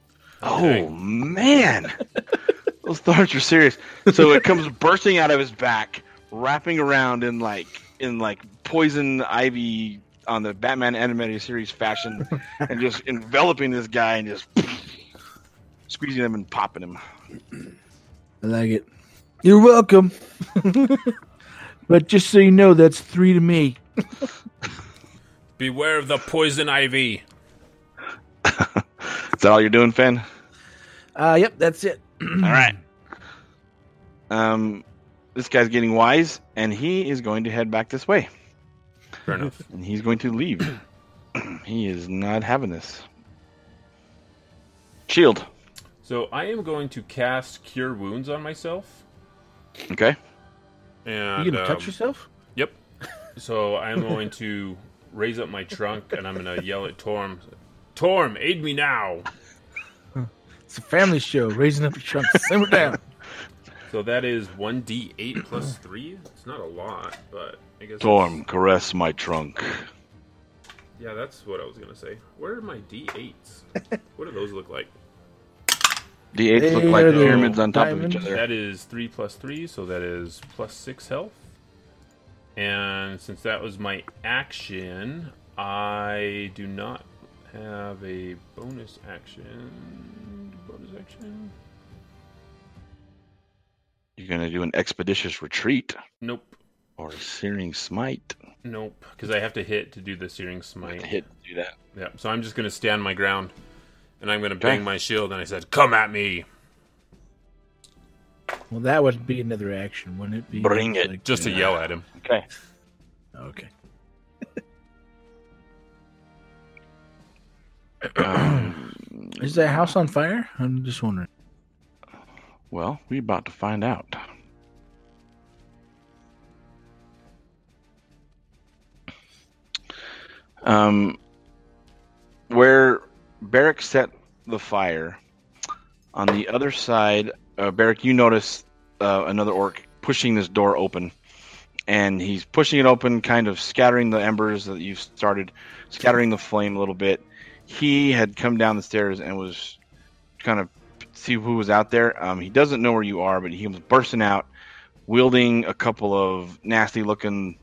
S7: Oh man, [laughs] those thorns are serious. So it comes bursting out of his back, wrapping around in like in like poison ivy on the Batman animated series fashion, [laughs] and just enveloping this guy and just [laughs] squeezing him and popping him.
S6: I like it. You're welcome. [laughs] but just so you know, that's three to me.
S5: Beware of the poison ivy.
S7: Is that all you're doing, Finn?
S6: Uh, yep, that's it.
S7: [clears throat] All right. Um, this guy's getting wise, and he is going to head back this way,
S5: Fair enough.
S7: and he's going to leave. [clears throat] he is not having this. Shield.
S5: [laughs] So I am going to cast Cure Wounds on myself.
S7: Okay.
S5: And,
S6: You gonna touch
S5: um,
S6: yourself?
S5: Yep. [laughs] So I'm going to raise up my trunk and I'm going to yell at Torm. Torm, aid me now.
S6: It's a family show. Raising up your trunk.
S5: [laughs]
S6: Simmer down.
S5: So that is 1d8 plus [clears throat] 3. It's not a lot, but I guess.
S7: Storm, caress my trunk.
S5: Yeah, that's what I was going to say. Where are my
S6: [laughs]
S5: d8s? what do those look like?
S7: The eights look
S6: They
S7: like
S6: are the
S7: pyramids on top of each
S6: diamonds.
S7: other.
S5: That is 3 plus 3, so that is plus 6 health. And since that was my action, I do not have a bonus action. Bonus action?
S7: You're gonna do an expeditious retreat
S5: Nope.
S7: or a searing smite.
S5: Nope. Because I have to hit to do the searing smite.
S7: Hit, do that.
S5: Yeah, so I'm just going to stand my ground. And I'm going to
S7: Okay.
S5: bang my shield, and I said, Come at me!
S6: Well, that would be another action, wouldn't it be?
S5: Bring it. Just to yell
S7: [clears throat]
S5: at him.
S7: Okay.
S6: Okay.
S7: Um,
S6: Is that house on fire? I'm just wondering.
S7: Well, we about to find out. Um, where Barrick set the fire, on the other side, uh, Barrick, you notice uh, another orc pushing this door open. And he's pushing it open, kind of scattering the embers that you've started, scattering the flame a little bit. He had come down the stairs and was kind of see who was out there. Um, he doesn't know where you are, but he was bursting out, wielding a couple of nasty looking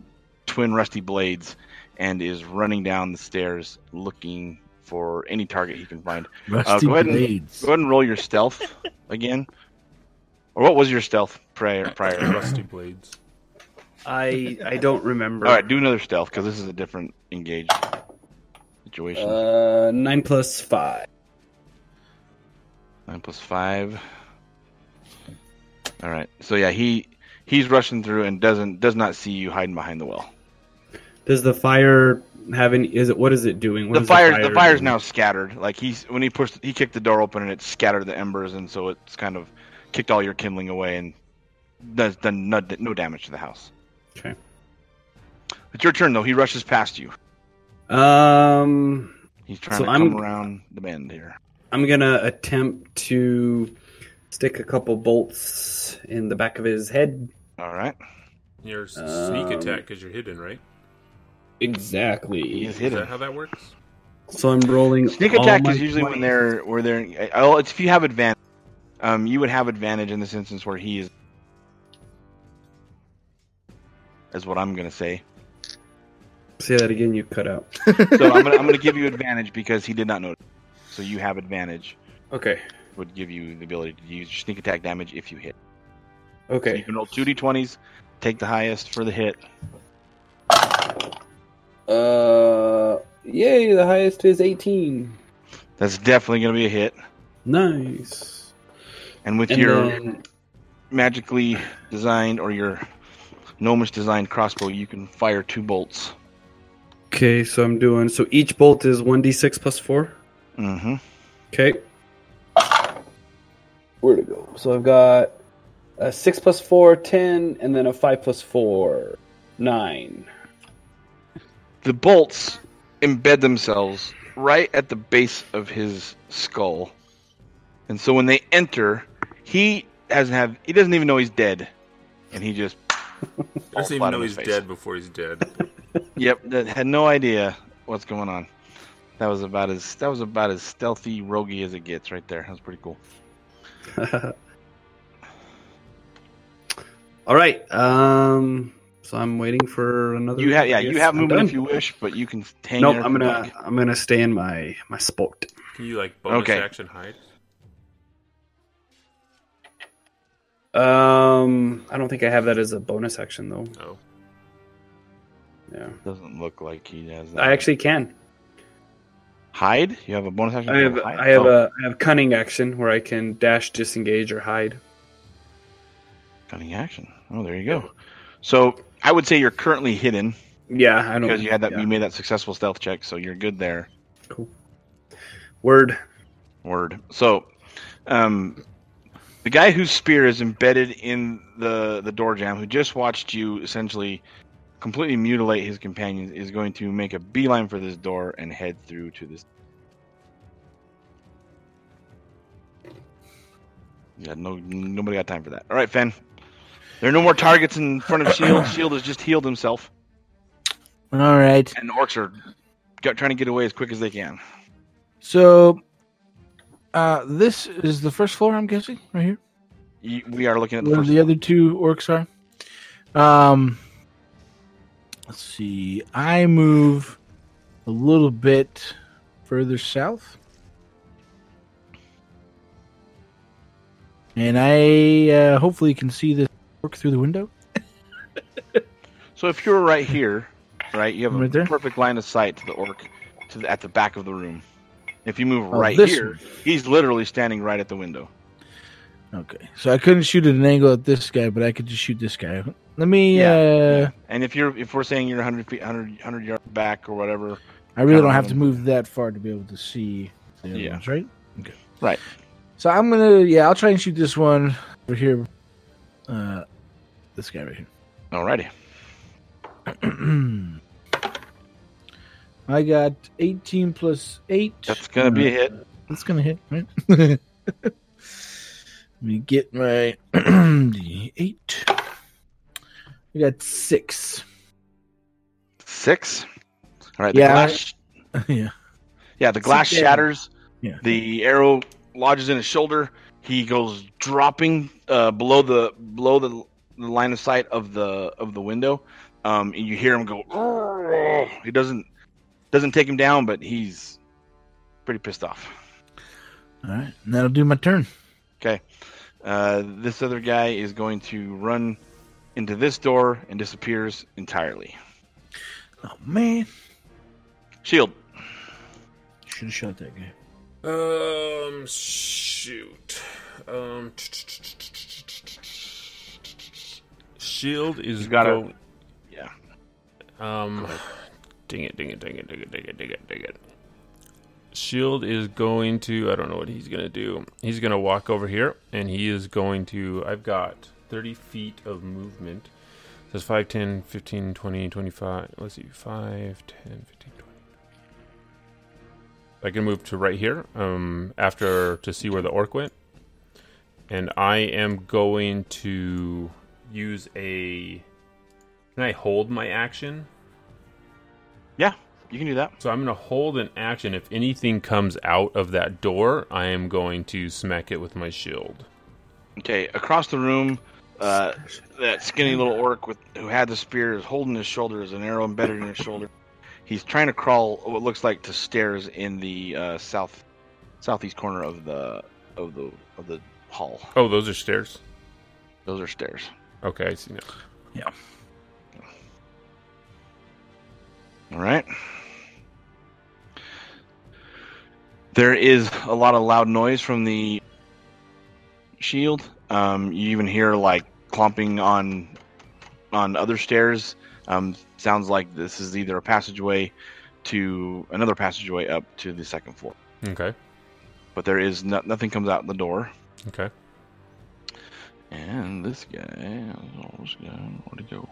S7: twin rusty blades, and is running down the stairs looking for any target he can find. Uh,
S6: Rusty
S7: go, ahead and,
S6: blades.
S7: go ahead and roll your stealth again. Or what was your stealth prior? prior?
S5: [clears throat] Rusty blades.
S9: I I don't remember.
S7: All right, do another stealth because this is a different engaged situation.
S9: Uh, nine plus five.
S7: Nine plus five. All right. So yeah, he he's rushing through and doesn't does not see you hiding behind the well.
S9: Does the fire have any? Is it what is it doing? What
S7: the
S9: is
S7: fire the fire's
S9: doing?
S7: now scattered. Like he's when he pushed he kicked the door open and it scattered the embers and so it's kind of kicked all your kindling away and does done no, no damage to the house.
S9: Okay.
S7: It's your turn though. He rushes past you.
S9: Um,
S7: He's trying
S9: so
S7: to
S9: I'm
S7: come around the bend here.
S9: I'm gonna attempt to stick a couple bolts in the back of his head.
S7: All right.
S5: Your s- sneak
S9: Um,
S5: attack because you're hidden, right?
S9: Exactly.
S7: He's
S5: Is that
S7: hidden.
S5: how that works?
S9: So I'm rolling.
S7: Sneak
S9: all
S7: attack
S9: my
S7: is usually when
S9: 20.
S7: they're where they're. Oh, it's if you have advantage. Um, you would have advantage in this instance where he is. Is what I'm gonna say.
S9: Say that again. You cut out.
S7: So I'm gonna, I'm gonna give you advantage because he did not notice. So you have advantage.
S9: Okay.
S7: Would give you the ability to use your sneak attack damage if you hit. So you
S9: Okay.
S7: can roll two d20s. Take the highest for the hit.
S9: Uh, yay! The highest is 18.
S7: That's definitely gonna be a hit.
S9: Nice.
S7: And with
S9: And
S7: your
S9: then-
S7: magically designed or your gnomish designed crossbow, you can fire two bolts.
S9: Okay, so I'm doing so each bolt is one d six plus four.
S7: Mm-hmm.
S9: Okay. Where to go? So I've got a six plus four, ten, and then a five plus four, nine.
S7: the bolts embed themselves right at the base of his skull. And so when they enter, he hasn't have he doesn't even know he's dead. And he just
S5: I doesn't even
S7: flat
S5: know
S7: on
S5: he's
S7: his face.
S5: dead before he's dead.
S7: Yep, that had no idea what's going on. That was about as that was about as stealthy roguey as it gets right there. That was pretty cool.
S9: [laughs] All right. Um. So I'm waiting for another.
S7: You have yeah,
S9: I
S7: you
S9: guess
S7: have
S9: I'm
S7: movement if
S9: done.
S7: you wish, but you can hang
S9: Nope.
S7: there
S9: I'm
S7: if you
S9: gonna
S7: like.
S9: I'm gonna stay in my my spot.
S5: Can you like bonus
S7: Okay.
S5: action hide?
S9: Um. I don't think I have that as a bonus action though.
S5: No.
S9: Yeah.
S7: doesn't look like he has that.
S9: I actually can.
S7: hide? You have a bonus action?
S9: I have
S7: Hide?
S9: I have
S7: Oh,
S9: a I have cunning action where I can dash, disengage, or hide.
S7: cunning action. Oh there you go. So I would say you're currently hidden.
S9: Yeah, I don't
S7: because you had that
S9: yeah.
S7: you made that successful stealth check, so you're good there.
S9: word.
S7: Word. So, um, the guy whose spear is embedded in the the door jam, who just watched you essentially completely mutilate his companions, is going to make a beeline for this door and head through to this. Yeah, no, nobody got time for that. All right, Fen. There are no more targets in front of Shield. Shield E has just healed himself,
S6: All right.
S7: and the orcs are g- trying to get away as quick as they can.
S6: So, uh, this is the first floor, I'm guessing, right here.
S7: You, we are looking at the
S6: Where
S7: first.
S6: the other two orcs are. Um, let's see. I move a little bit further south, and I uh, hopefully can see this orc through the window.
S7: So if you're right here, right, you have a
S6: Right there?
S7: perfect line of sight to the orc to the, at the back of the room. If you move
S6: Oh,
S7: right
S6: this
S7: here,
S6: one.
S7: he's literally standing right at the window.
S6: Okay, so I couldn't shoot at an angle at this guy, but I could just shoot this guy. Let me.
S7: Yeah,
S6: uh
S7: And if you're if we're saying you're 100 feet, 100, 100 yards back or whatever,
S6: I really don't
S7: kinda
S6: have to move that far to be able to see the other ones, right? Okay.
S7: Right.
S6: So I'm gonna yeah, I'll try and shoot this one over here. Uh this guy right here. [clears throat]
S7: Alrighty.
S6: I got eighteen plus eight.
S7: That's gonna be a hit.
S6: That's gonna hit, right? [laughs] Let me get my [clears throat] D eight. I got six.
S7: Six. All right. The
S6: Yeah, [laughs]
S7: glass,
S6: yeah.
S7: yeah. The glass
S6: Six
S7: shatters.
S6: Yeah.
S7: The arrow lodges in his shoulder. He goes dropping uh, below the below the, the line of sight of the of the window. Um, and you hear him go. "Argh." He doesn't doesn't take him down, but he's pretty pissed off.
S6: Alright, and that'll do my turn.
S7: Okay. Uh, this other guy is going to run into this door and disappears entirely.
S6: Oh man.
S7: Shield.
S6: Should have shot that guy. [laughs]
S5: Um, shoot. Um, shield is
S7: You gotta-
S5: go-
S7: Yeah.
S5: Um, ding it, ding it, ding it, ding it, ding it, ding it, ding it. Shield is going to. I don't know what he's gonna do. He's gonna walk over here, and he is going to. I've got 30 feet of movement. So it's 5, 10, 15, 20, 25. Let's see, 5, 10, 15, 20. I can move to right here um, after to see where the orc went. And I am going to use a. Can I hold my action?
S7: Yeah, you can do that.
S5: So I'm going to hold an action. If anything comes out of that door, I am going to smack it with my shield.
S7: Okay, across the room, uh, that skinny little orc with who had the spear is holding his shoulder. There's an arrow embedded in his shoulder. He's trying to crawl what looks like to stairs in the uh, south southeast corner of the of the of the hall.
S5: Oh, those are stairs.
S7: Those are stairs.
S5: Okay, I see now.
S6: Yeah.
S7: All right. There is a lot of loud noise from the shield. Um, you even hear like clomping on on other stairs. Um, sounds like this is either a passageway to another passageway up to the second floor.
S5: Okay.
S7: But there is no, nothing comes out the door.
S5: Okay.
S7: And this guy, oh, this guy, where'd he go?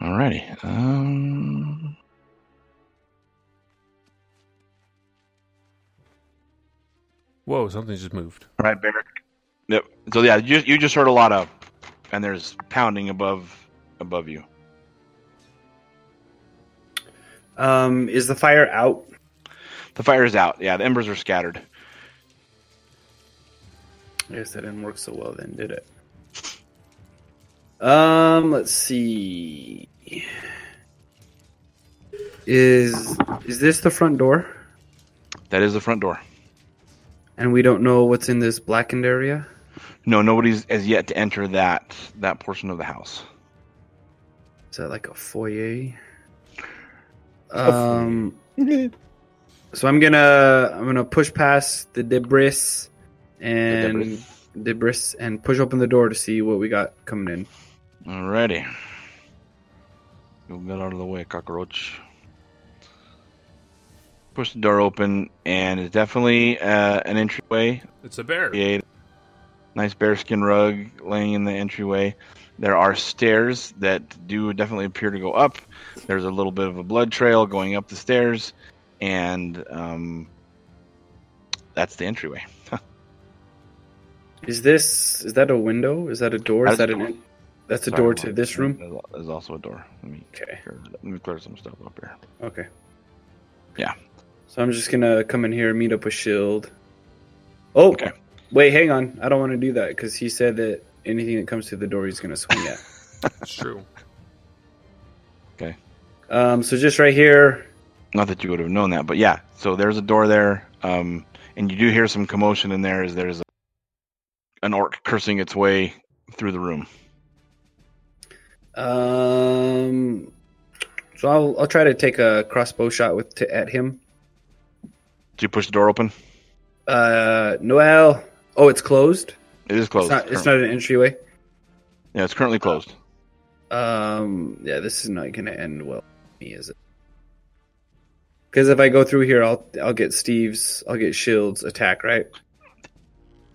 S7: Alrighty. Um.
S5: Whoa, something just moved.
S7: All right, Barrick. Yep. So yeah, you you just heard a lot of, and there's pounding above above you.
S9: Um, is the fire out?
S7: The fire is out. Yeah, the embers are scattered.
S9: I guess that didn't work so well then, did it? Um, let's see. Is is this the front door?
S7: That is the front door.
S9: And we don't know what's in this blackened area.
S7: No, nobody's as yet to enter that that portion of the house.
S9: Is that like a foyer? Um, so I'm gonna I'm gonna push past the debris and debris and push open the door to see what we got coming in.
S7: Alrighty. You'll get out of the way, cockroach. Push the door open, and it's definitely uh, an entryway.
S5: It's a bear.
S7: Yeah. Nice bearskin rug laying in the entryway. There are stairs that do definitely appear to go up. There's a little bit of a blood trail going up the stairs, and um, that's the entryway.
S9: Is this is that a window? Is that a door? Is that
S7: That's a
S9: an?
S7: door.
S9: That's a
S7: Sorry,
S9: door
S7: hold
S9: to
S7: on.
S9: this room.
S7: There's al- There's also a door. Let me
S9: okay.
S7: Let me clear some stuff up here.
S9: Okay.
S7: Yeah.
S9: So I'm just gonna come in here, meet up with Shield. E Oh, wait, hang on. I don't want to do that because he said that anything that comes through the door, he's gonna swing
S7: [laughs]
S9: at.
S5: It's true.
S7: Okay.
S9: Um, so just right here.
S7: Not that you would have known that, but yeah. So there's a door there, um, and you do hear some commotion in there. As there's an orc cursing its way through the room.
S9: Um, so I'll I'll try to take a crossbow shot with to, at him.
S7: Did you push the door open?
S9: Uh, Noel. Oh, it's closed.
S7: It is closed.
S9: It's not, it's not an entryway.
S7: Yeah, it's currently closed.
S9: Um, yeah, this is not going to end well. For me, is it? Because if I go through here, I'll I'll get Steve's, I'll get Shields attack, right?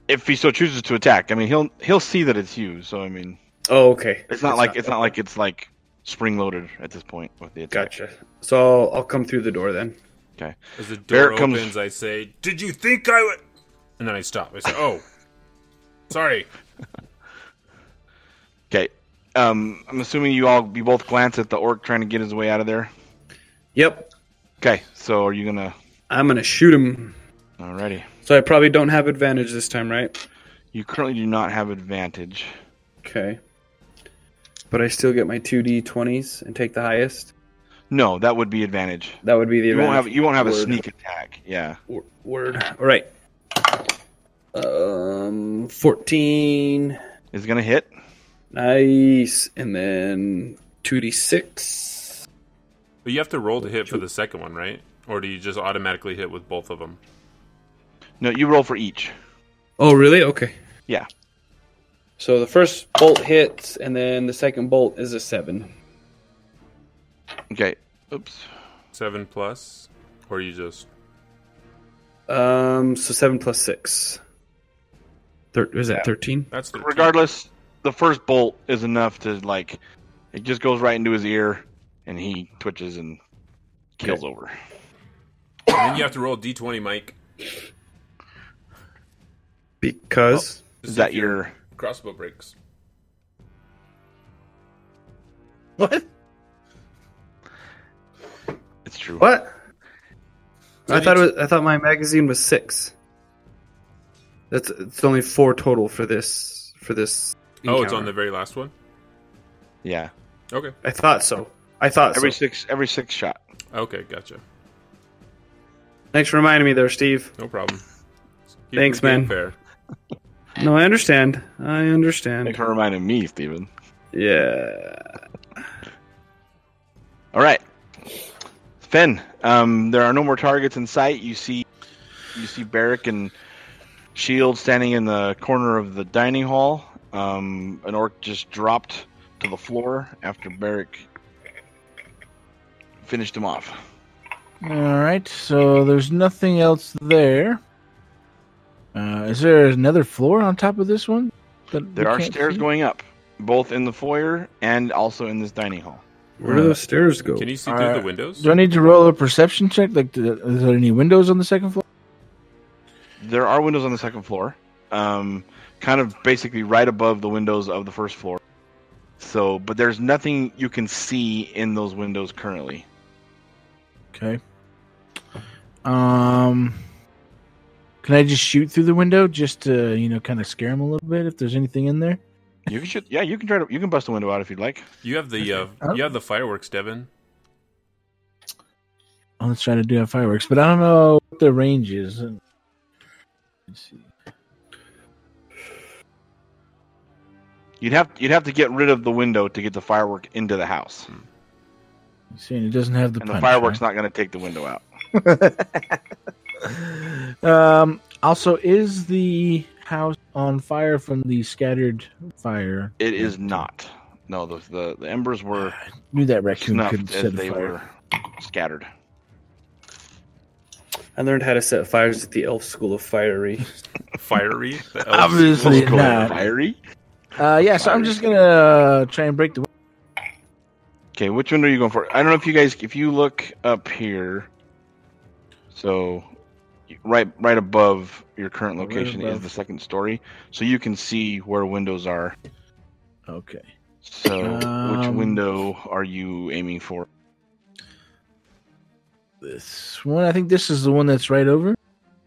S7: If he so chooses to attack, I mean, he'll he'll see that it's you. So I mean,
S9: Oh, okay.
S7: it's not like it's not like it's like spring loaded at this point with the attack.
S9: Gotcha. So I'll, I'll come through the door then.
S7: Okay.
S5: As the door
S7: Barrett
S5: opens,
S7: comes-
S5: I say, "Did you think I would?" And then I stop. I say, "Oh, sorry."
S7: Okay. Um, I'm assuming you all you both glance at the orc trying to get his way out of there.
S9: Yep.
S7: Okay. So are you gonna?
S9: I'm gonna shoot him.
S7: Alrighty.
S9: So I probably don't have advantage this time, right?
S7: You currently do not have advantage.
S9: Okay. But I still get my two D twenties and take the highest.
S7: No, that would be advantage.
S9: That would be the
S7: You won't
S9: advantage.
S7: have you won't have a
S9: Word.
S7: sneak attack. Yeah.
S9: Word. All right. Um, fourteen
S7: is gonna hit.
S9: Nice, and then two d six.
S5: But you have to roll to hit for the second one, right? Or do you just automatically hit with both of them?
S7: No, you roll for each.
S9: Oh, really? Okay.
S7: Yeah.
S9: So the first bolt hits, and then the second bolt is a seven.
S7: Okay. Oops.
S5: Seven plus, or you just
S9: Um, so seven plus six. Thir- is that thirteen?
S5: That's the
S7: Regardless, the first bolt is enough to like. It just goes right into his ear, and he twitches and kills over.
S5: And then you have to roll d d20, Mike.
S9: Because
S7: Is that your?
S5: Crossbow breaks.
S9: what?
S7: It's true.
S9: What? I thought it was, I thought my magazine was six. That's it's only four total for this for this.
S5: Oh, it's on the very last one.
S7: Yeah.
S5: Okay.
S9: I thought so. I thought
S7: every
S9: so.
S7: six every six shot.
S5: Okay, gotcha.
S9: Thanks for reminding me there, Steve.
S5: No problem. Keep
S9: Thanks,
S5: it being
S9: man.
S5: Fair.
S9: No, I understand. I understand.
S7: Thanks for reminding me, Steven.
S9: Yeah.
S7: All right, Finn. Um, there are no more targets in sight. You see, you see Barrick and Shield standing in the corner of the dining hall. Um, an orc just dropped to the floor after Barrick finished him off.
S6: All right, so there's nothing else there. Uh, is there another floor on top of this one? that we
S7: There are
S6: can't
S7: stairs
S6: see?
S7: going up, both in the foyer and also in this dining hall.
S9: Where do those stairs go?
S5: Can you see
S6: All
S5: through
S7: Uh,
S6: right.
S5: the windows?
S6: Do I need to roll a perception check? Like, do, is there any windows on the second floor?
S7: There are windows on the second floor, um, kind of basically right above the windows of the first floor. So, but there's nothing you can see in those windows currently.
S6: Okay. Um, can I just shoot through the window just to you know kind of scare him a little bit if there's anything in there?
S7: You can shoot, yeah, you can try to, you can bust the window out if you'd like.
S5: You have the uh, you have the fireworks, Devin.
S6: Oh, let's try to do have fireworks, but I don't know what the range is. Let's see.
S7: You'd have, you'd have to get rid of the window to get the firework into the house,
S6: Hmm. Let's see, and it doesn't have the,
S7: and the
S6: punch,
S7: firework's not going to take the window out.
S6: Um. Also, is the house on fire from the scattered fire?
S7: It is not. No, the the, the embers were
S6: Knew that raccoon couldn't
S7: snuffed as
S6: set
S7: they
S6: a
S7: were
S6: fire.
S7: scattered.
S9: I learned how to set fires at the Elf School of Fiery. [laughs]
S7: [laughs]
S5: Fiery. The elves-
S6: Obviously
S5: elves call it
S6: not.
S7: Fiery.
S6: Uh, yeah, so I'm just gonna uh, try and break the.
S7: Okay, which one are you going for? I don't know if you guys, if you look up here, so right, right above your current
S6: Right
S7: location is
S6: above.
S7: the second story, so you can see where windows are.
S6: Okay.
S7: So, which
S6: Um,
S7: window are you aiming for?
S6: This one, I think this is the one that's right over.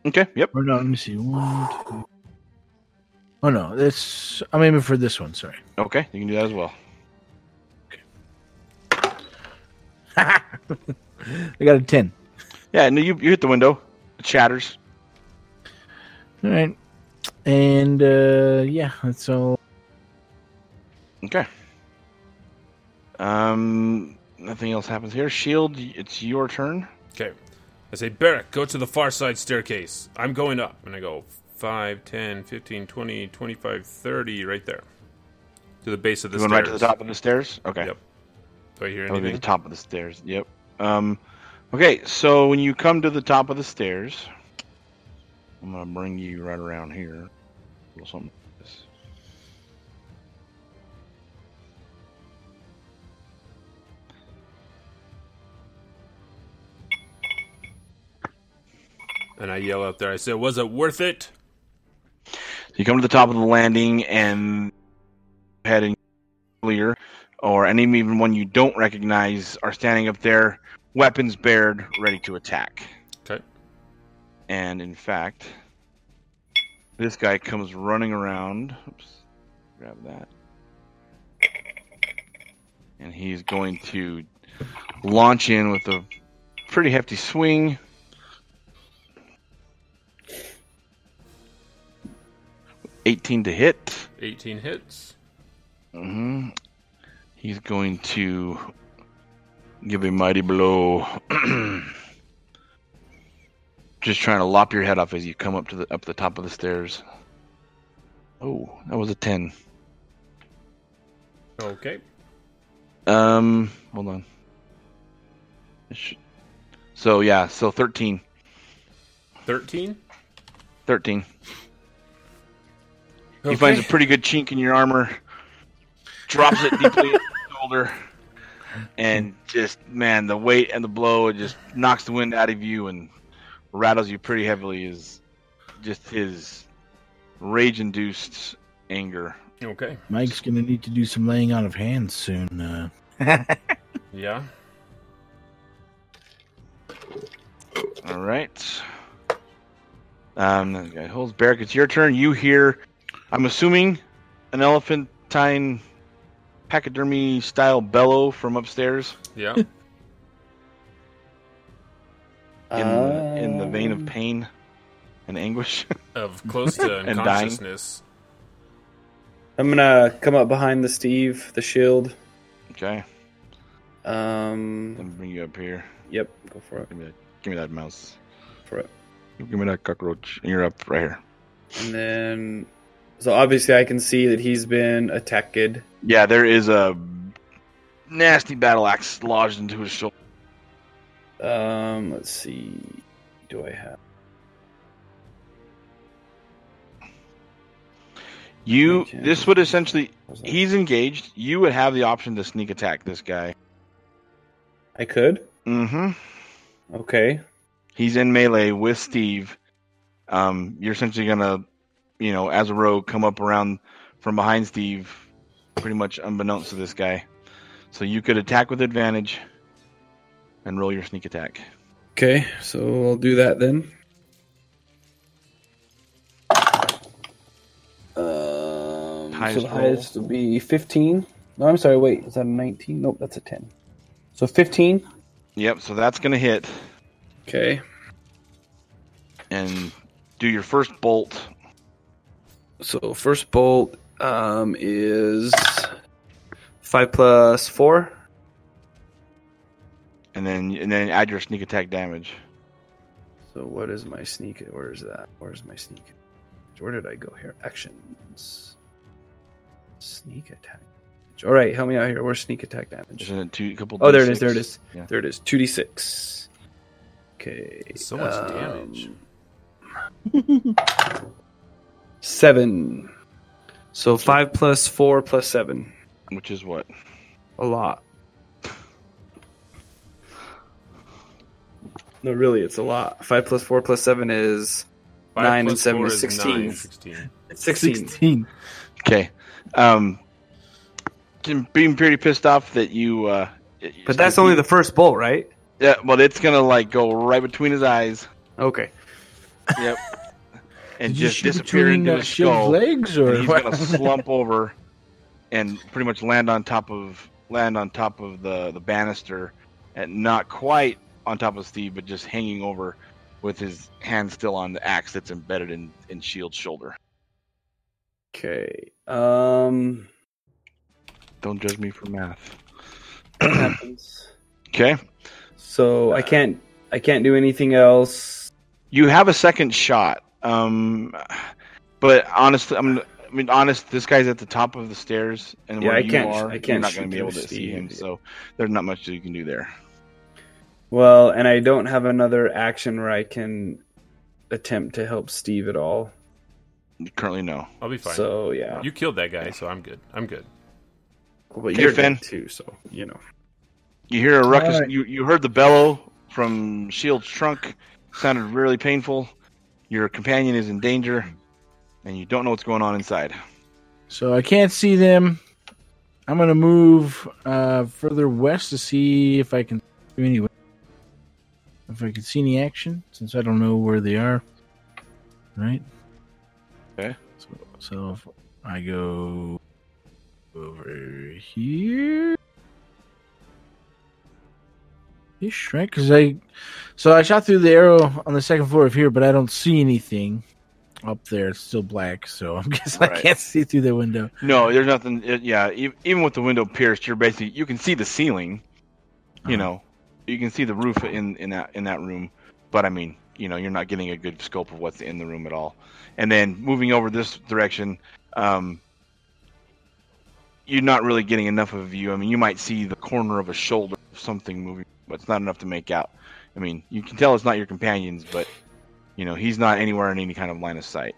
S7: Okay. Yep.
S6: Or no, let me see. One, two. Oh no, this. I'm aiming for this one. Sorry.
S7: Okay, you can do that as well.
S6: I got a ten.
S7: Yeah, no, you you hit the window, it shatters.
S6: All right. And uh, yeah, that's all.
S7: Okay. Um, nothing else happens here. Shield, it's your turn.
S5: Okay. I say, Barrack, go to the far side staircase. I'm going up. And I go 5, 10, 15, 20, 25, 30, right there. To the base of the
S7: You went
S5: stairs.
S7: right to the top of the stairs. Okay. Yep.
S5: Do I hear
S7: That would be
S5: anything?
S7: the top of the stairs. Yep. Um, okay, so when you come to the top of the stairs, I'm gonna bring you right around here. A little something. like this.
S5: And I yell out there. I say, was it worth it?
S7: You come to the top of the landing and heading clear, or any even one you don't recognize are standing up there, weapons bared, ready to attack.
S5: Okay.
S7: And in fact, this guy comes running around. Oops, grab that. And he's going to launch in with a pretty hefty swing. Eighteen to hit.
S5: 18 hits.
S7: hmm He's going to give a mighty blow. [clears throat] Just trying to lop your head off as you come up to the up the top of the stairs. Oh, that was a ten.
S5: Okay.
S7: Um, hold on. It should- So yeah, so thirteen.
S5: 13?
S7: 13. He finds
S5: Okay.
S7: a pretty good chink in your armor, drops it deeply in his shoulder, and just, man, the weight and the blow it just knocks the wind out of you and rattles you pretty heavily. Is just his rage induced anger.
S5: Okay.
S6: Mike's gonna need to do some laying on of hands soon. Uh,
S5: Yeah.
S7: All right. Um, that guy holds Barrack. It's your turn. You hear, I'm assuming, an elephantine pachydermy style bellow from upstairs.
S5: Yeah.
S7: in, in the vein of pain and anguish. [laughs]
S5: Of close
S9: [laughs]
S5: to
S7: And dying.
S5: unconsciousness.
S9: I'm gonna come up behind the Steve, the shield.
S7: Okay.
S9: Um.
S7: Let me bring you up here.
S9: Yep. Go for it.
S7: Give me that, give me that mouse.
S9: For it.
S7: Give me that cockroach. You're up right here.
S9: And then, so obviously I can see that he's been attacked.
S7: Yeah, there is a nasty battle axe lodged into his shoulder.
S9: Um, let's see. Do I have?
S7: You this would essentially he's engaged. You would have the option to sneak attack this guy.
S9: I could.
S7: Mm-hmm.
S9: Okay.
S7: He's in melee with Steve. Um, you're essentially gonna, you know, as a rogue, come up around from behind Steve, pretty much unbeknownst to this guy. So you could attack with advantage and roll your sneak attack.
S9: Okay, so I'll do that then. Um, so
S7: Highest
S9: the
S7: roll.
S9: highest would be 15. No, I'm sorry, wait. Is that a 19? Nope, that's a 10. So 15.
S7: Yep, so that's gonna hit.
S9: Okay.
S7: And do your first bolt.
S9: So first bolt um, is 5 plus 4.
S7: And then and then add your sneak attack damage.
S9: So what is my sneak? Where is that? Where's my sneak? Where did I go here? Actions. Sneak attack. All right, help me out here. Where's sneak attack damage?
S7: Isn't it two- couple
S9: oh, there it is.
S7: D6?
S9: There it is.
S7: Yeah.
S9: There it is. Two d six. Okay. um,
S5: So much damage.
S9: Seven. So five plus four plus seven.
S7: Which is what?
S9: A lot. No, really, it's a lot. Five plus four plus seven is
S5: Five
S9: nine
S5: plus
S9: and seven
S5: four
S9: is
S5: is
S9: sixteen.
S5: nine. 16.
S9: It's sixteen.
S7: Okay. Um Jim being pretty pissed off that you uh
S9: But that's only the first bolt, right?
S7: Yeah, but it's gonna like go right between his eyes.
S9: Okay.
S7: Yep. [laughs] and
S6: Did you
S7: just
S6: shoot
S7: disappear
S6: between,
S7: into
S6: uh,
S7: his
S6: Shiv's
S7: skull.
S6: legs, or
S7: and he's
S6: what? [laughs]
S7: gonna slump over and pretty much land on top of land on top of the the banister, and not quite on top of Steve, but just hanging over with his hand still on the axe that's embedded in in Shield's shoulder.
S9: Okay. Um. [clears throat]
S7: Don't judge me for math.
S9: happens.
S7: [clears throat] Okay.
S9: So I can't. I can't do anything else.
S7: You have a second shot. Um, but honestly, I'm. I mean, honest. This guy's at the top of the stairs, and
S9: Yeah,
S7: where
S9: I
S7: you
S9: can't-
S7: are,
S9: I can't
S7: you're not
S9: shoot
S7: going to be
S9: through
S7: able to see
S9: Steve.
S7: him. So there's not much that you can do there.
S9: Well, and I don't have another action where I can attempt to help Steve at all.
S7: Currently, no.
S5: I'll be fine.
S9: So yeah,
S5: you killed that guy, so I'm good. I'm good.
S9: Well,
S7: Okay,
S9: you're
S7: Finn.
S9: dead too, so you know.
S7: You hear a ruckus.
S9: Alright.
S7: You you heard the bellow from Shield's trunk. Sounded really painful. Your companion is in danger, and you don't know what's going on inside.
S6: So I can't see them. I'm gonna move uh, further west to see if I can do any if I can see any action since I don't know where they are. Right.
S7: Okay.
S6: So, so if I go over here, ish, right? Because I so I shot through the arrow on the second floor of here, but I don't see anything up there. It's still black, so [laughs] I guess I
S7: Right.
S6: can't see through the window.
S7: No, there's nothing. It, yeah, e- even with the window pierced, you're basically you can see the ceiling. You know, you can see the roof in in that in that room, but I mean, you know, you're not getting a good scope of what's in the room at all. And then moving over this direction, um, you're not really getting enough of a view. I mean, you might see the corner of a shoulder of something moving, but it's not enough to make out. I mean, you can tell it's not your companions, but you know, he's not anywhere in any kind of line of sight.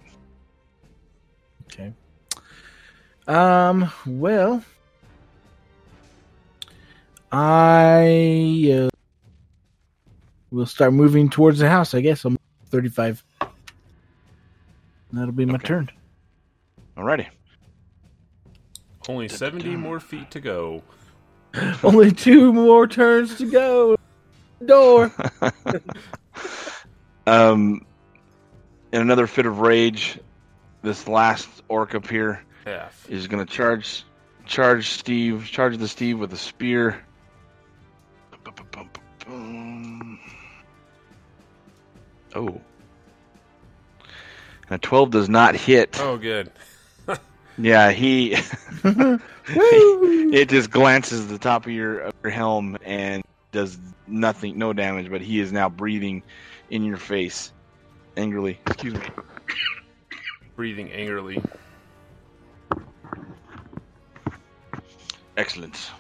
S6: Okay. Um. Well, I uh, will start moving towards the house. I guess I'm 35. That'll be my turn. [laughs]
S7: Alrighty.
S5: Only 70 more feet to go.
S6: Only two more turns to go. Door.
S7: Um, in another fit of rage, this last orc up here is
S5: F.
S7: going to charge, charge Steve, charge the Steve with a spear. Boom. Oh, and a twelve does not hit.
S5: Oh, good.
S7: Yeah, he. [laughs] it just glances the top of your, of your helm and does nothing, no damage. But he is now breathing in your face, angrily. Excuse me.
S5: Breathing angrily.
S7: Excellent.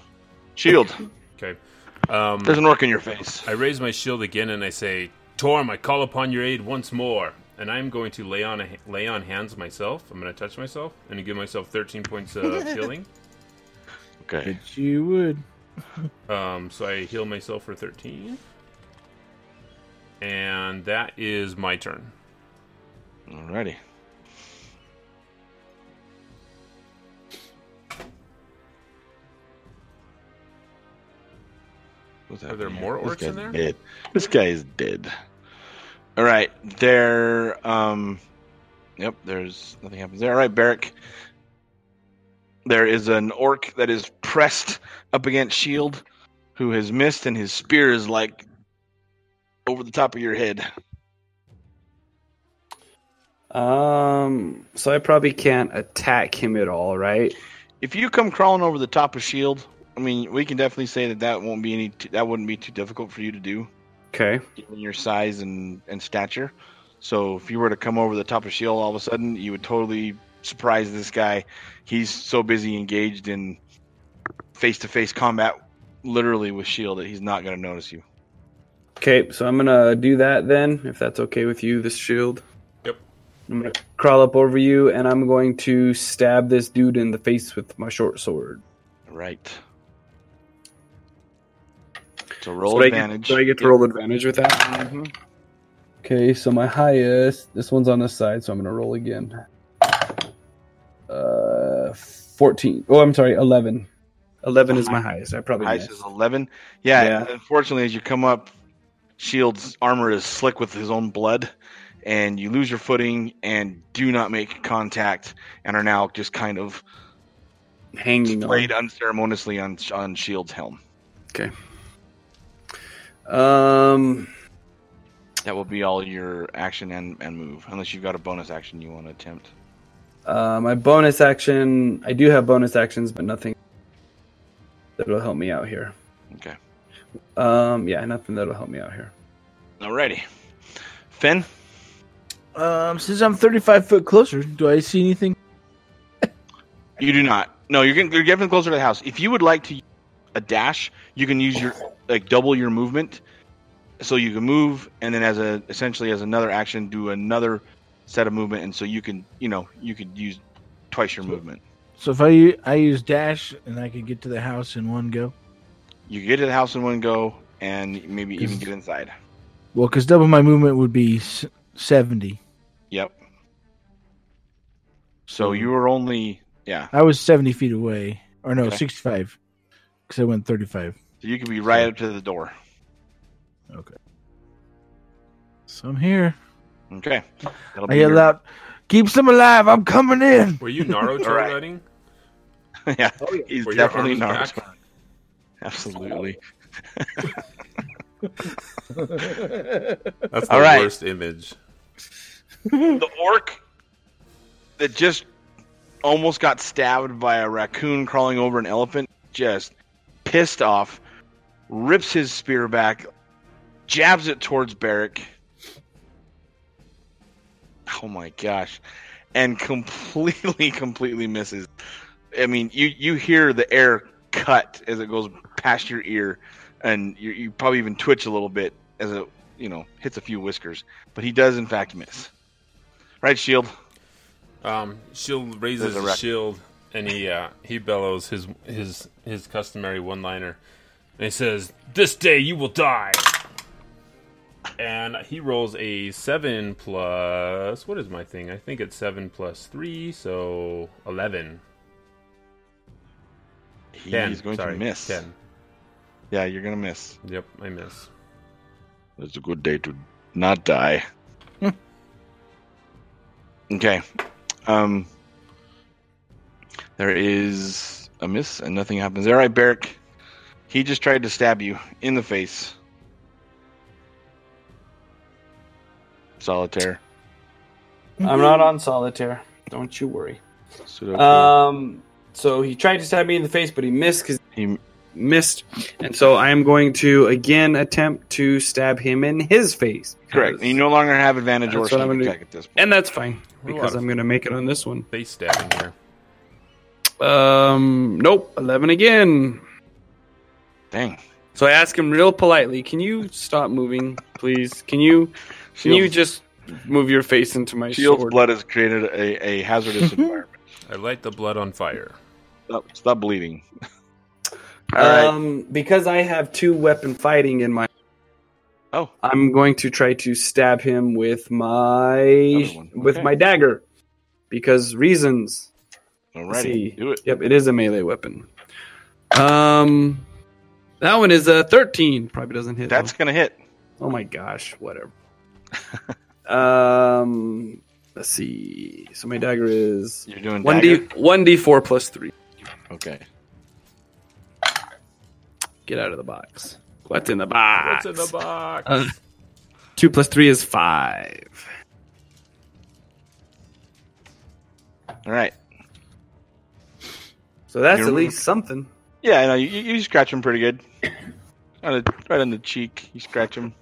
S7: Shield.
S5: Okay. Um,
S7: There's an orc in your face.
S5: I raise my shield again and I say, "Torm, I call upon your aid once more." And I'm going to lay on a, lay on hands myself. I'm going to touch myself and give myself 13 points
S9: [laughs]
S5: of healing.
S7: Okay.
S6: You would.
S5: Um, so I heal myself for 13, and that is my turn.
S7: Alrighty. What's
S5: Are there
S7: happening
S5: more
S7: here? This
S5: orcs in
S7: guy's
S5: there?
S7: Dead. This guy is dead. All right, there. Um, yep. There's nothing happens there. All right, Barrick. There is an orc that is pressed up against Shield, who has missed, and his spear is like over the top of your head.
S9: Um, so I probably can't attack him at all, right?
S7: If you come crawling over the top of Shield, I mean, we can definitely say that that won't be any. That wouldn't be too difficult for you to do.
S9: Okay.
S7: given your size and, and stature. So if you were to come over the top of Shield all of a sudden, you would totally surprise this guy. He's so busy engaged in face to face combat, literally with Shield, that he's not going to notice you.
S9: Okay, so I'm gonna do that then, if that's okay with you. This shield.
S5: Yep.
S9: I'm gonna crawl up over you, and I'm going to stab this dude in the face with my short sword.
S7: Right. So roll
S9: So I get-
S7: advantage.
S9: so I get to roll advantage with that? Mm-hmm. Okay, so my highest. This one's on the side, so I'm gonna roll again. Uh, fourteen. Oh, I'm sorry, eleven. Eleven is my highest. I probably
S7: Highest
S9: missed.
S7: is eleven. Yeah,
S9: Yeah.
S7: Unfortunately, as you come up, Shield's armor is slick with his own blood, and you lose your footing and do not make contact, and are now just kind of
S9: hanging
S7: laid unceremoniously on on Shield's helm.
S9: Okay. Um,
S7: That will be all your action and, and move, unless you've got a bonus action you want to attempt.
S9: Uh, my bonus action. I do have bonus actions, but nothing that'll help me out here.
S7: Okay.
S9: Um, yeah, nothing that'll help me out here.
S7: Alrighty. Finn?
S6: Um, since I'm 35 foot closer, do I see anything?
S7: You do not. No, you're getting, you're getting closer to the house. If you would like to use a dash, you can use your like double your movement, so you can move, and then as a essentially as another action, do another set of movement, and so you can you know you could use twice your movement.
S6: So if I u- I use dash and I could get to the house in one go.
S7: You could get to the house in one go, and maybe even get inside.
S6: Well, because double my movement would be s- 70.
S7: Yep. So you were only yeah.
S6: I was 70 feet away, or no,
S7: Okay.
S6: 65, because I went 35.
S7: So you could be right up to the door.
S6: Okay. So I'm here.
S7: Okay. That'll
S6: I
S7: be your-
S6: yell out, "Keep some alive! I'm coming in."
S5: Were you Naruto
S7: [laughs] All right.
S5: running?
S7: [laughs] Oh, yeah, he's
S5: Were your
S7: definitely
S5: arms
S7: Naruto. Absolutely.
S5: That's the
S7: All right.
S5: worst image.
S7: the orc that just almost got stabbed by a raccoon crawling over an elephant, just pissed off, rips his spear back, jabs it towards Barrack. Oh my gosh. And [laughs] completely, completely misses. I mean, you, you hear the air cut as it goes past your ear, and you, you probably even twitch a little bit as it, you know, hits a few whiskers. But he does, in fact, miss. Right, Shield.
S5: Um, Shield raises
S7: There's a
S5: his
S7: wreck.
S5: shield and he uh, he bellows his his his customary one liner, and he says, "This day you will die." And he rolls a seven plus what is my thing? I think it's seven plus three, so eleven.
S7: He's
S5: Ten,
S7: going
S5: sorry,
S7: to miss.
S5: ten.
S7: Yeah, you're going to miss.
S5: Yep, I miss.
S7: It's a good day to not die. [laughs] okay. Um, there is a miss, and nothing happens. All right, Barrick. He just tried to stab you in the face. Solitaire.
S9: I'm not on solitaire. Don't you worry.
S7: Sudoku.
S9: Um, so he tried to stab me in the face, but he missed because
S7: he
S9: missed, and so I am going to again attempt to stab him in his face.
S7: Correct. You no longer have advantage or
S9: That's what I'm
S7: sneak
S9: gonna
S7: attack
S9: do.
S7: at this point.
S9: And that's fine
S7: What a
S9: because
S7: lot of
S9: I'm going to make it on this one.
S5: Face stabbing here.
S9: Um, nope, eleven again.
S7: Dang.
S9: So I ask him real politely, "Can you stop moving, please? Can you, can you
S7: Shield's-
S9: just move your face into my
S7: Shield's
S9: sword?"
S7: E blood has created a,
S9: [laughs]
S7: a hazardous environment.
S5: I light the blood on fire.
S7: Stop, stop bleeding.
S9: Um, because I have two weapon fighting in my.
S7: Oh.
S9: I'm going to try to stab him with my with
S7: Okay.
S9: my dagger, because reasons.
S7: Alrighty,
S9: do it. Yep, it is a melee weapon. Um, that one is a 13. Probably doesn't hit.
S7: That's gonna hit.
S9: Oh my gosh!
S7: [laughs]
S9: Whatever. um, let's see. So my dagger is
S7: you're doing
S9: one d one d four plus three.
S7: Okay.
S9: Get out of the box. What's in the box?
S5: What's in the box?
S9: Uh, two plus three is five.
S7: All right.
S9: So that's
S7: You're-
S9: at least something.
S7: Yeah, I know. You, you scratch him pretty good. on the, right on the cheek, you scratch him.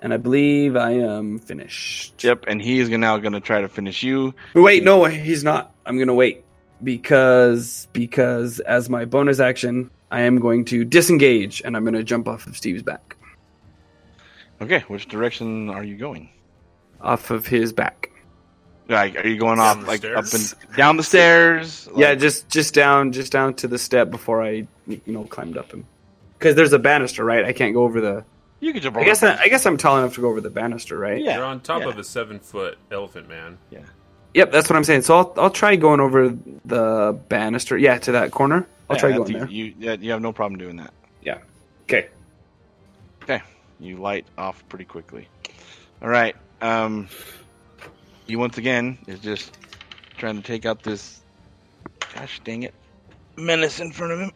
S9: And I believe I am finished.
S7: Yep, and he is now going to try to finish you.
S9: Wait, no, he's not. I'm gonna wait because because as my bonus action, I am going to disengage and I'm gonna jump off of Steve's back,
S7: Okay, which direction are you going?
S9: off of his back.
S7: Like, are you going
S9: Down
S7: off
S9: the
S7: like up
S9: stairs?
S7: and down the stairs?
S9: yeah, just just down just down to the step before I you know climbed up him because there's a banister, right? I can't go over the.
S7: You could jump.
S9: I
S5: over
S9: guess
S5: the
S9: I, I guess I'm tall enough to go over the banister, right?
S5: You're on top of a seven foot elephant man.
S7: Yeah.
S9: Yep, that's what I'm saying. So I'll I'll try going over the banister. Yeah, to that corner. I'll
S7: Yeah,
S9: try
S7: that's
S9: going there.
S7: easy. You, yeah, you have no problem doing that.
S9: Yeah. Okay.
S7: Okay, you light off pretty quickly. All right. Um, you once again is just trying to take out this. Gosh dang it! Menace in front of him.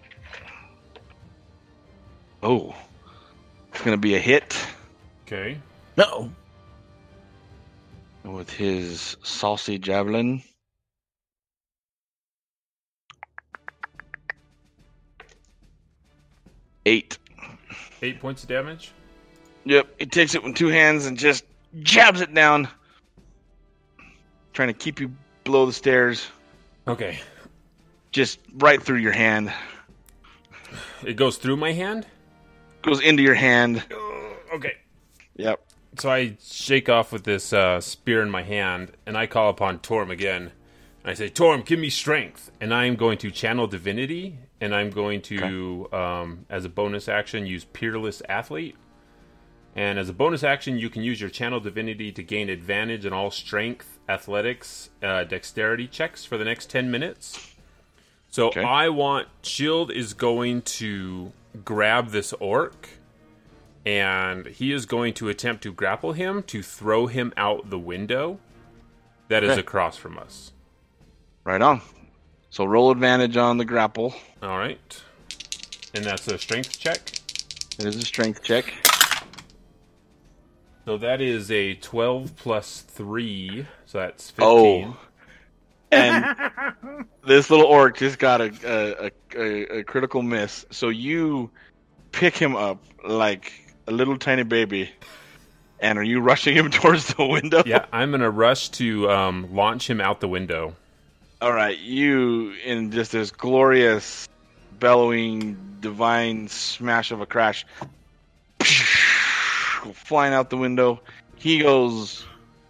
S7: Oh, it's going to be a hit.
S5: Okay.
S6: No.
S7: With his saucy javelin. Eight.
S5: Eight points of damage.
S7: Yep, he takes it with two hands and just jabs it down, trying to keep you below the stairs.
S5: Okay.
S7: Just right through your hand.
S5: It goes through my hand?
S7: Goes into your hand.
S5: Okay.
S7: Yep.
S5: So I shake off with this uh, spear in my hand, and I call upon Torm again. And I say, Torm, give me strength. And I am going to channel divinity, and I'm going to, um, as a bonus action, use Peerless Athlete. And as a bonus action, you can use your channel divinity to gain advantage in all strength, athletics, uh, dexterity checks for the next 10 minutes. So I want Shield is going to grab this orc and he is going to attempt to grapple him to throw him out the window that is
S7: Okay.
S5: across from us.
S7: Right on. So roll advantage on the grapple.
S5: All right. And that's a strength check.
S7: It is a strength check.
S5: So that is a 12 plus 3. So that's 15.
S7: Oh. And this little orc just got a a, a a critical miss. So you pick him up like a little tiny baby. And are you rushing him [laughs] towards the window?
S5: Yeah, I'm going to rush to um, launch him out the window.
S7: All right, you in just this glorious, bellowing, divine smash of a crash, flying out the window. He goes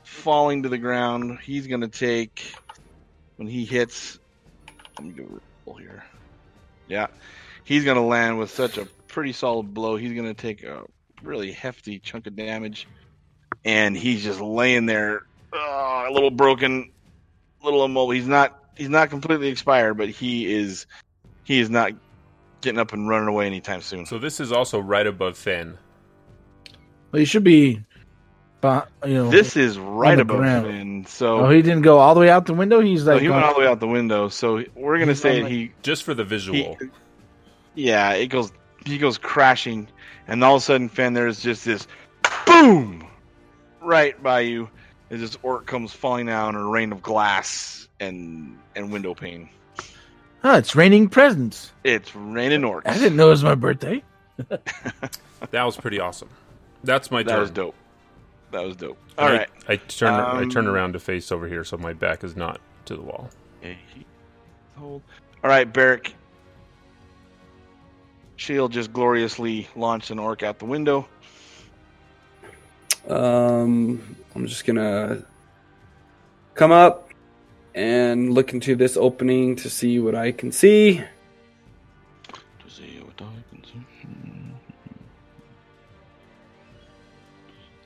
S7: falling to the ground. He's gonna take when he hits. Let me go roll here. Yeah, he's gonna land with such a pretty solid blow. He's gonna take a really hefty chunk of damage, and he's just laying there, ah, a little broken, little immobile. He's not he's not completely expired, but he is he is not getting up and running away anytime soon.
S5: So this is also right above Finn.
S6: Well, you should be, beh- you know.
S7: This is
S6: on
S7: right
S6: the
S7: above
S6: ground.
S7: Finn. So
S6: oh, he didn't go all the way out the window. He's
S7: No,
S6: like,
S7: he went
S6: going-
S7: all the way out the window. So we're gonna
S6: He's
S7: say
S6: on, like-
S7: he
S5: just for the visual.
S7: yeah, it goes he goes crashing, and all of a sudden, Finn, there's just this boom right by you as this orc comes falling down in a rain of glass and and window pane.
S6: huh, it's raining presents.
S7: It's raining orcs.
S6: I didn't know it was my birthday.
S5: That was pretty awesome. That's my
S7: That
S5: turn.
S7: was dope. That was dope.
S5: All
S7: All
S5: right,
S7: right.
S5: I, turn I
S7: Um,
S5: turn around to face over here so my back is not to the wall.
S7: Hold. All right, Beric. Shield just gloriously launched an orc out the window.
S9: Um, I'm just gonna come up and look into this opening to see what I can see.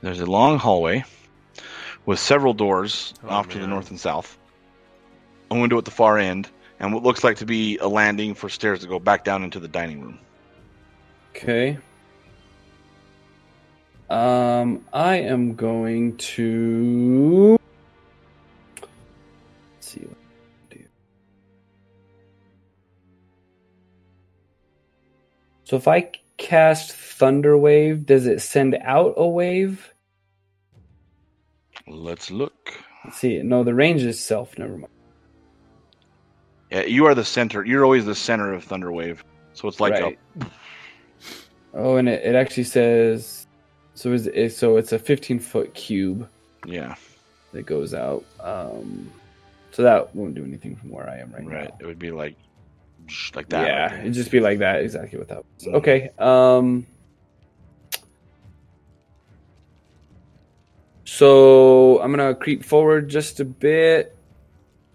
S7: There's a long hallway with several doors off to the north and south, a window at the far end, and what looks like to be a landing for stairs that go back down into the dining room.
S9: Okay. Um, I am going to Let's see. what I can do. So if I cast Thunder Wave, does it send out a wave?
S7: Let's look.
S9: Let's see. No, the range is self. Never mind.
S7: Yeah, you are the center. You're always the center of Thunderwave, so it's like
S9: Right. Oh, and it, it actually says so. Is it, so it's a 15 foot cube.
S7: Yeah.
S9: That goes out. Um, so that won't do anything from where I am
S7: a
S9: right,
S7: right.
S9: now.
S7: It would be like like that.
S9: yeah,
S7: right there.
S9: it'd just be like that exactly what that was.
S7: Mhm.
S9: Okay. Um. So I'm gonna creep forward just a bit,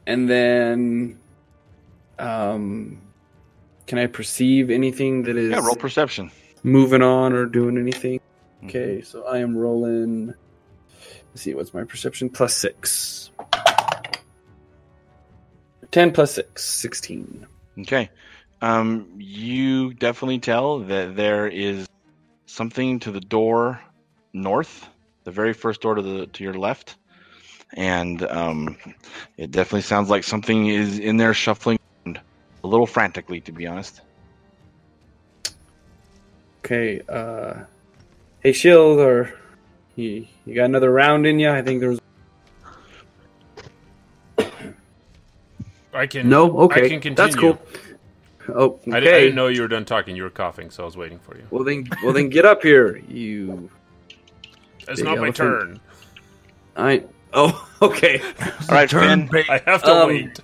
S9: and then, um, can I perceive anything that is
S7: yeah. Roll perception.
S9: moving on or doing anything. Okay, so I am rolling. Let's see, what's my perception? Plus six. 10 plus six, 16.
S7: Okay. Um, you definitely tell that there is something to the door north, the very first door to the to your left, and um, it definitely sounds like something is in there shuffling around, a little frantically, to be honest.
S9: Okay, uh, hey, Shield, or you, you got another round in you? I think there's.
S5: I can.
S9: No, okay,
S5: I can continue.
S9: that's cool. Oh, okay.
S5: I, di- I didn't know you were done talking. You were coughing, so I was waiting for you.
S9: Well then, well then, get up here, you
S5: It's
S9: big
S5: not my
S9: elephant.
S5: turn.
S9: I oh [laughs] okay.
S5: All right, Turn, Ben. I have to
S7: Um,
S5: wait.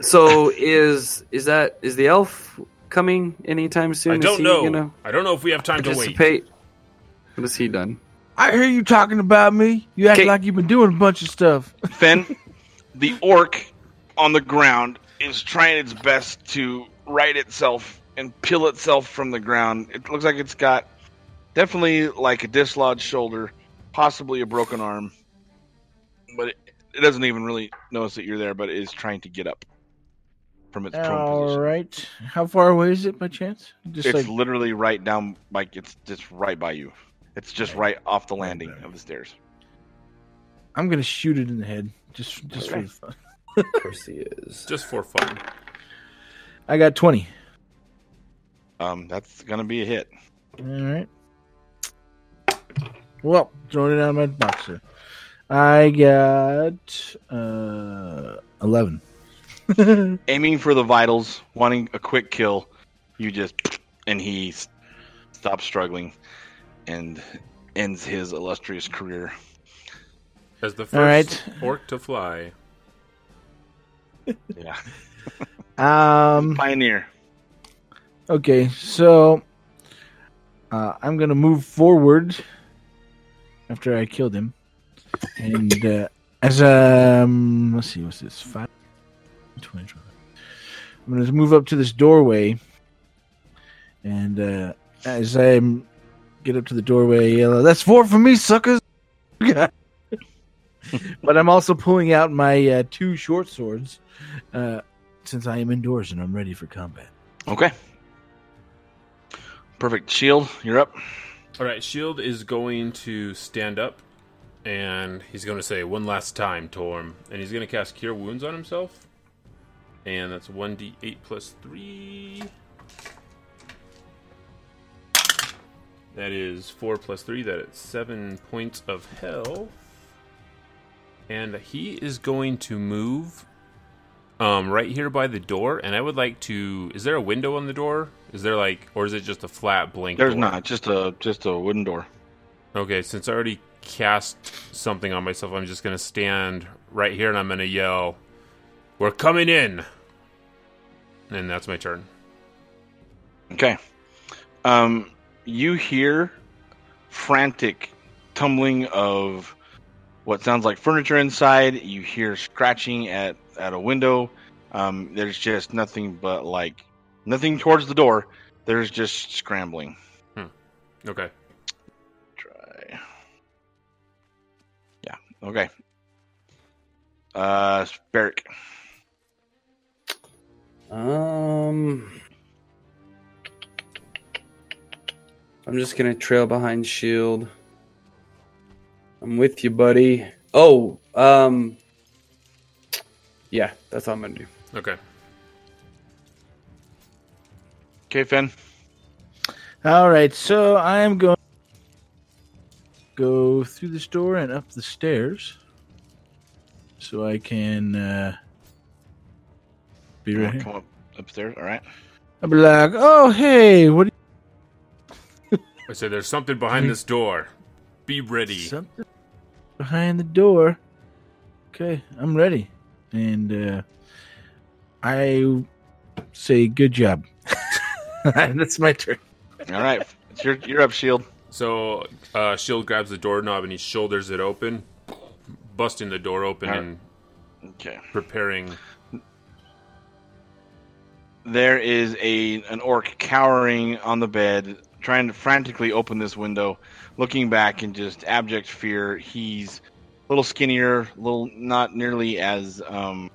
S9: So is is that is the elf coming anytime soon?
S5: I
S9: Is
S5: don't
S9: he
S5: know.
S9: gonna
S5: I don't know if we have time to wait.
S9: participate? What has he done?
S6: I hear you talking about me. You act like you've been doing a bunch of stuff.
S7: Finn, the orc on the ground is trying its best to right itself and peel itself from the ground. It looks like it's got definitely like a dislodged shoulder, possibly a broken arm, but it, it doesn't even really notice that you're there, but it is trying to get up from its prone position.
S6: All right. How far away is it by chance? Just
S7: it's
S6: like
S7: literally right down, like it's just right by you. It's just right off the landing of the stairs.
S6: I'm gonna shoot it in the head. Just just for
S5: Okay.
S6: the fun.
S9: Of course he is.
S5: Just for fun.
S6: I got twenty.
S7: Um, that's gonna be a hit.
S6: Alright. Well, throwing it out of my box here. I got uh eleven.
S7: aiming for the vitals, wanting a quick kill, you just and he s- stops struggling and ends his illustrious career.
S5: As the first
S6: All right.
S5: orc to fly.
S7: yeah.
S6: Um
S7: Pioneer.
S6: Okay, so uh, I'm gonna move forward after I killed him, and uh, as um, let's see, what's this? Five, 20, 25. I'm gonna move up to this doorway, and uh, as I get up to the doorway, I yell, "That's four for me, suckers!" [laughs] but I'm also pulling out my uh, two short swords, uh, since I am indoors and I'm ready for combat.
S7: Okay. Perfect. Shield, you're up.
S5: All right, Shield E is going to stand up and he's going to say one last time, Torm, and he's going to cast Cure Wounds on himself. And that's 1d8 plus 3. That is 4 plus 3, that is 7 points of health. And he is going to move um, right here by the door. And I would like to. Is there a window on the door? Is there like. Or is it just a flat blank
S7: There's
S5: door?
S7: not just a just a wooden door.
S5: Okay, since I already cast something on myself, I'm just gonna stand right here and I'm gonna yell, "We're coming in!" And that's my turn.
S7: Okay. Um, you hear frantic tumbling of what sounds like furniture inside. You hear scratching at, at a window. Um, there's just nothing but like nothing towards the door. There's just scrambling.
S5: Okay.
S7: Try. Yeah. Okay. Uh, Barrick.
S9: Um, I'm just gonna trail behind Shield. E I'm with you, buddy. Oh, um, yeah, that's all I'm gonna do.
S5: Okay.
S7: Okay, Finn.
S6: All right, so I am going go through this door and up the stairs, so I can uh, be right
S7: Come
S6: here.
S7: up upstairs. All right.
S6: I'll be like, "Oh, hey, what? Are
S5: I say there's something behind this door. Be ready.
S6: Something you behind the door?" Okay, I'm ready, and uh, I say, "Good job." [laughs] That's my turn.
S7: All right. It's your, you're up, Shield.
S5: So uh, Shield grabs the doorknob and he shoulders it open, busting the door open
S6: Uh,
S7: All right.
S5: and
S7: okay.
S5: preparing.
S7: there is a an orc cowering on the bed, trying to frantically open this window, looking back in just abject fear. He's a little skinnier, a little not nearly as um,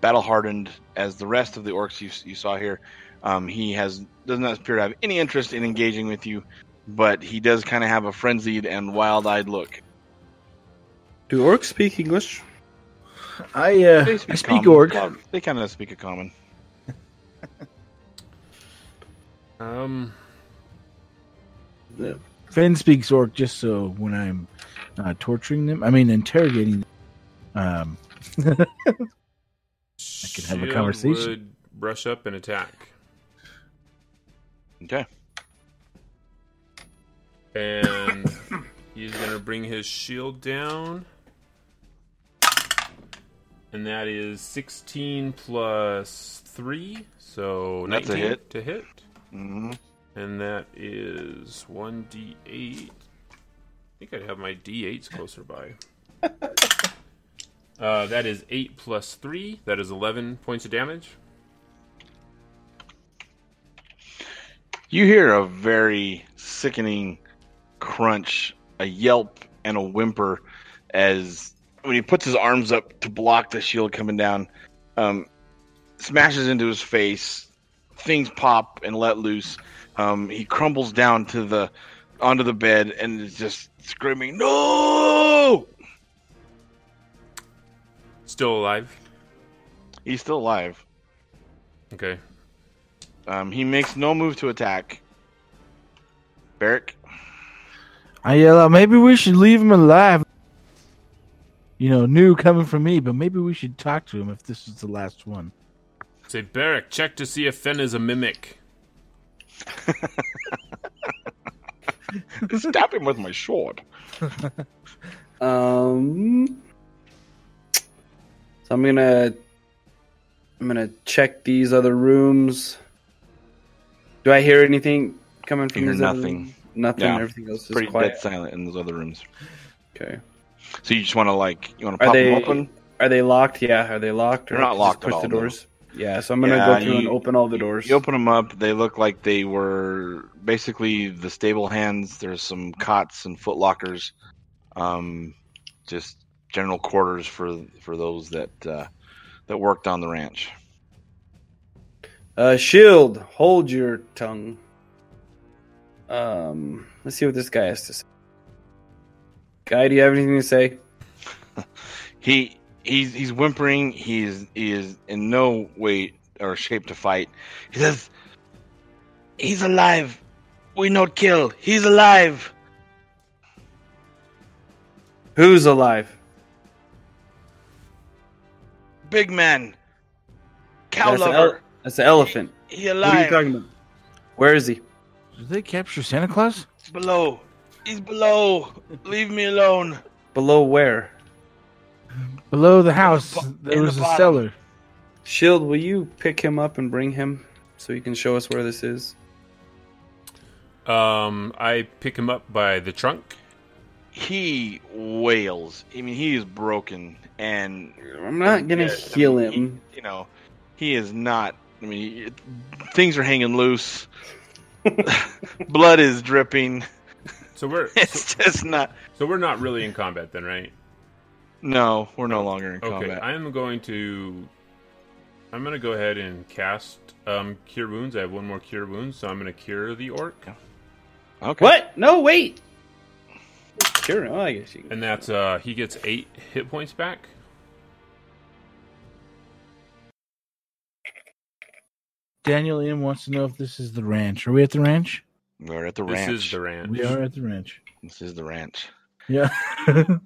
S7: battle hardened as the rest of the orcs you, you saw here. Um, he has does not appear to have any interest in engaging with you, but he does kind of have a frenzied and wild eyed look.
S9: Do orcs speak English?
S6: I uh,
S7: They
S6: I speak
S7: common.
S6: orc.
S7: Well, They kind of speak a common.
S5: Um,
S6: Finn speaks orc just so when I'm uh, torturing them, I mean interrogating them, um, I can have a
S5: Shield
S6: conversation.
S5: Would rush up and attack.
S7: Okay.
S5: And He's gonna bring his shield down. And that is 16 plus 3, so 19
S7: That's a hit.
S5: to hit.
S7: Mm-hmm.
S5: And that is 1d8. I think I'd have my d8s closer
S7: [laughs]
S5: by. uh, that is 8 plus 3. That is 11 points of damage.
S7: You hear a very sickening crunch, a yelp, and a whimper as when he puts his arms up to block the shield coming down, um, smashes into his face. Things pop and let loose. Um, he crumbles down to the onto the bed and is just screaming, "No!"
S5: Still alive.
S7: He's still alive.
S5: Okay.
S7: Um, he makes no move to attack. Barrick.
S6: I yell out, maybe we should leave him alive. You know, new coming from me, but maybe we should talk to him if this is the last one.
S5: Say, Barrack, check to see if Fen is a mimic.
S7: Stab him with my sword.
S9: Um. So I'm gonna, I'm gonna check these other rooms. Do I hear anything coming from
S7: You hear
S9: these other
S7: nothing.
S9: rooms? Nothing.
S7: Yeah.
S9: Everything else is
S7: pretty
S9: quiet.
S7: dead silent in those other rooms.
S9: Okay.
S7: So you just want to like you want to
S9: Are
S7: pop
S9: they
S7: them open?
S9: are they locked? Yeah. Are they locked?
S7: They're not
S9: just
S7: locked at
S9: Push
S7: all,
S9: the
S7: no.
S9: doors. Yeah. So I'm gonna
S7: Yeah,
S9: go through and
S7: you-
S9: open all the doors.
S7: You open them up. They look like they were basically the stable hands. There's some cots and foot lockers, um, just general quarters for for those that uh, that worked on the ranch.
S9: Uh, shield, hold your tongue. Um, let's see what this guy has to say. Guy, do you have anything to say?
S7: He he's he's whimpering. He is he is in no way or shape to fight. He says, "He's alive. We not kill. He's alive."
S9: Who's alive?
S7: Big man, cow
S9: that's,
S7: lover.
S9: an ele- that's an elephant.
S7: He
S9: What are you
S7: alive.
S9: talking about? Where is he?
S6: Did they capture Santa Claus?
S7: Below. He's below. Leave me alone.
S9: Below where?
S6: Below the house, there
S7: in
S6: was
S7: the
S6: a
S7: bottom.
S6: cellar.
S9: Shield, will you pick him up and bring him so you can show us where this is?
S5: Um, I pick him up by the trunk.
S7: He wails. I mean, he is broken, and
S9: I'm not gonna heal him.
S7: you know, he is not. I mean, it, things are
S9: [laughs]
S7: hanging loose. Blood is dripping. [laughs]
S5: So we're
S7: it's just not.
S5: So we're not really in combat then, right?
S7: No, we're no longer in
S5: Okay,
S7: combat.
S5: I'm going to. I'm going to go ahead and cast um, Cure Wounds. I have one more Cure Wounds, so I'm going to cure the orc.
S7: Okay.
S9: What? No, wait. Sure. Oh, I guess you can.
S5: And that's, uh, he gets eight hit points back.
S6: Daniel Ian wants to know if this is the ranch. Are we at the ranch?
S7: We're at the
S5: This
S7: ranch.
S5: is the ranch.
S6: We are at the ranch.
S7: This is the ranch.
S6: Yeah.
S5: Apparently,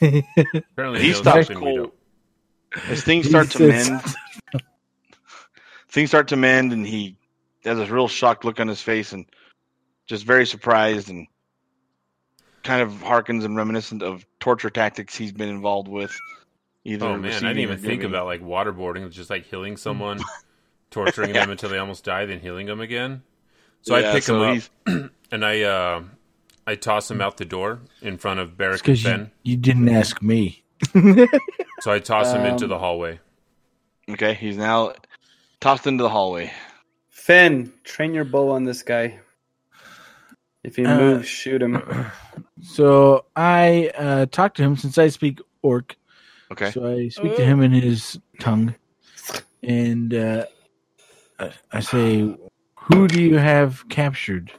S7: He
S5: he knows
S7: stops
S5: something we
S7: cold.
S5: don't.
S7: As things
S6: He
S7: start to
S6: sits-
S7: mend, things start to mend, and he has a real shocked look on his face and just very surprised and kind of harkens and reminiscent of torture tactics he's been involved with. Either
S5: Oh, man, I didn't
S7: receiving
S5: even
S7: or
S5: think
S7: giving.
S5: about, like, waterboarding, just, like, healing
S7: Mm. [laughs]
S5: someone, torturing them until they almost die, then healing them again. So
S7: Yeah,
S5: I pick
S7: so Mm.
S5: him up, [clears throat] and I, uh, I toss him out the door in front of Barrack and
S6: Because
S5: Ben.
S6: you, you didn't ask me.
S5: So I toss him into
S9: Um,
S5: the hallway.
S7: Okay, he's now tossed into the hallway.
S9: Finn, train your bow on this guy. If he
S6: Uh,
S9: moves, shoot him.
S6: So I uh, talked to him since I speak orc.
S7: Okay.
S6: So I speak to him in his tongue, and uh, I- I say, "Who do you have captured?"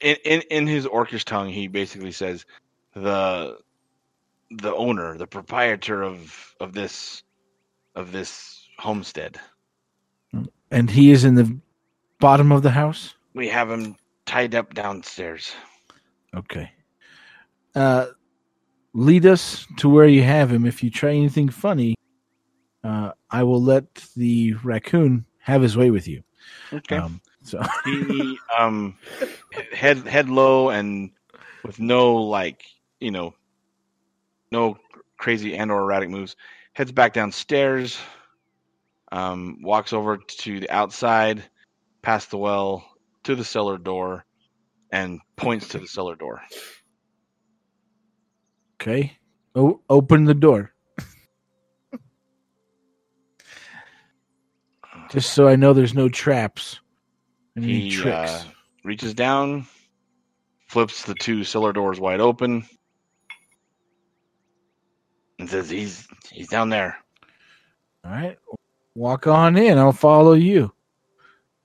S7: in, in in his orcish tongue, he basically says, "the the owner, the proprietor of of this of this homestead.
S6: And he is in the bottom of the house.
S7: We have him tied up downstairs.
S6: Okay. Uh, lead us to where you have him. If you try anything funny, uh, I will let the raccoon have his way with you.
S7: Okay.
S6: Um, So
S7: he um head head low and with no like you know no crazy and or erratic moves. Heads back downstairs. Um, walks over to the outside, past the well, to the cellar door, and points to the cellar door.
S6: Okay. O- open the
S7: [laughs]
S6: door. Just so I know there's no traps. and Any
S7: He
S6: tricks.
S7: uh, reaches down, flips the two cellar doors wide open, and says, "He's he's down there."
S6: All right. Walk on in. I'll follow you.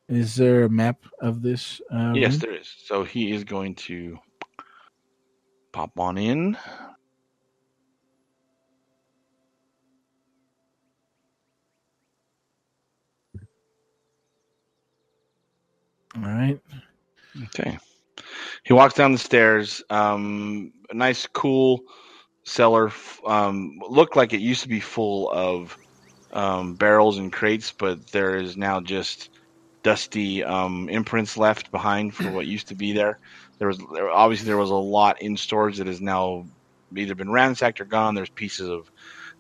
S6: Is there a map of this? Uh,
S7: yes,
S6: room?
S7: there is. So he is going to pop on in.
S6: All right.
S7: Okay. He walks down the stairs. Um, a nice, cool cellar. f- Um, looked like it used to be full of um, barrels and crates, but there is now just dusty um, imprints left behind for what used to be there. There was there, obviously there was a lot in storage that has now either been ransacked or gone. There's pieces of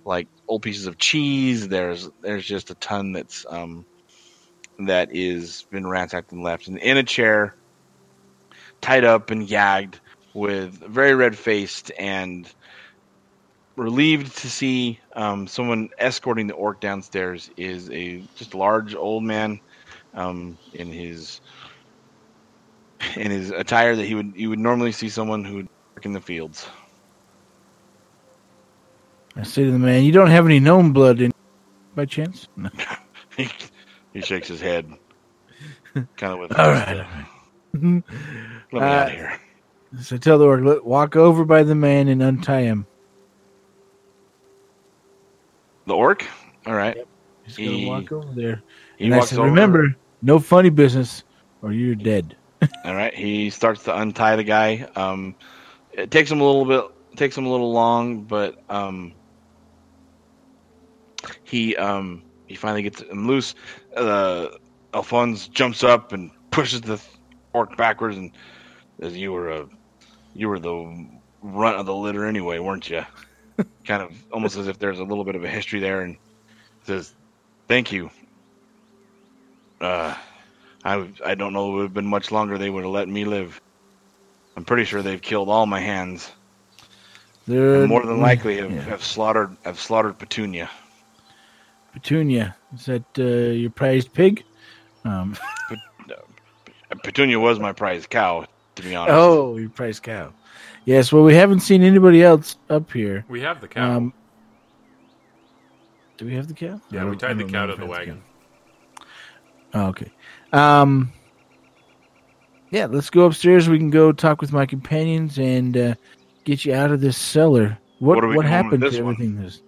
S7: like old pieces of cheese. There's there's just a ton that's um, that is been ransacked and left, and in a chair, tied up and gagged, with very red faced and relieved to see um, someone escorting the orc downstairs is a just large old man um, in his in his attire that he would you would normally see someone who would work in the fields. [laughs]
S6: I say to the man, "You don't have any gnome blood in, by chance?" [laughs] No.
S7: he, he shakes his
S6: [laughs]
S7: head, kind of with
S6: All right,
S7: let me out of here.
S6: So I tell the orc, "Look, walk over by the man and untie him.
S7: The orc. All right.
S6: He's gonna walk over there.
S7: he
S6: and I
S7: walks
S6: said,
S7: over.
S6: remember, no funny business, or you're dead.
S7: All right, he starts to untie the guy. Um, it takes him a little bit, takes him a little long, but um, he um, he finally gets him loose. Uh, Alphonse jumps up and pushes the orc backwards and says, "You were a, you were the runt of the litter anyway, weren't you?" kind of almost as if there's a little bit of a history there, and says, "Thank you." Uh, I, I don't know. It would have been much longer. They would have let me live. I'm pretty sure they've killed all my hands.
S6: They're
S7: and more than likely, have, have slaughtered have slaughtered Petunia.
S6: Petunia, is that uh, your prized pig? Um, [laughs]
S7: Petunia was my prize cow, to be honest.
S6: oh, your prized cow. Yes. Well, we haven't seen anybody else up here.
S5: We have the cow.
S6: Um, do we have the cow? I
S5: yeah, we
S6: don't-
S5: tied
S6: I
S5: the
S6: don't
S5: cow
S6: know
S5: to
S6: if
S5: the
S6: I have
S5: wagon.
S6: Oh, okay. Um, yeah, let's go upstairs. We can go talk with my companions and uh, get you out of this cellar. What
S7: What
S6: what,
S7: are we doing with
S6: happened to
S7: this one?
S6: everything? This.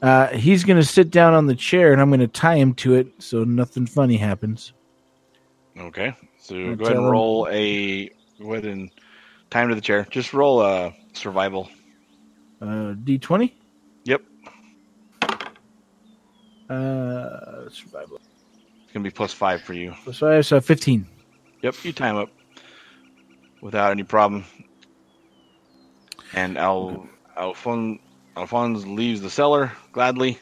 S6: Uh, he's going to sit down on the chair, and I'm going to tie him to it so nothing funny happens.
S7: Okay, so
S6: I'll
S7: go ahead
S6: tell
S7: and
S6: him-
S7: roll a go ahead and time to the chair. Just roll a survival.
S6: Uh, D20.
S7: Yep,
S6: Uh, survival.
S7: it's gonna be plus five for you.
S6: So I have so 15.
S7: Yep, you time up without any problem. And Al Alphon, Alphonse leaves the cellar gladly.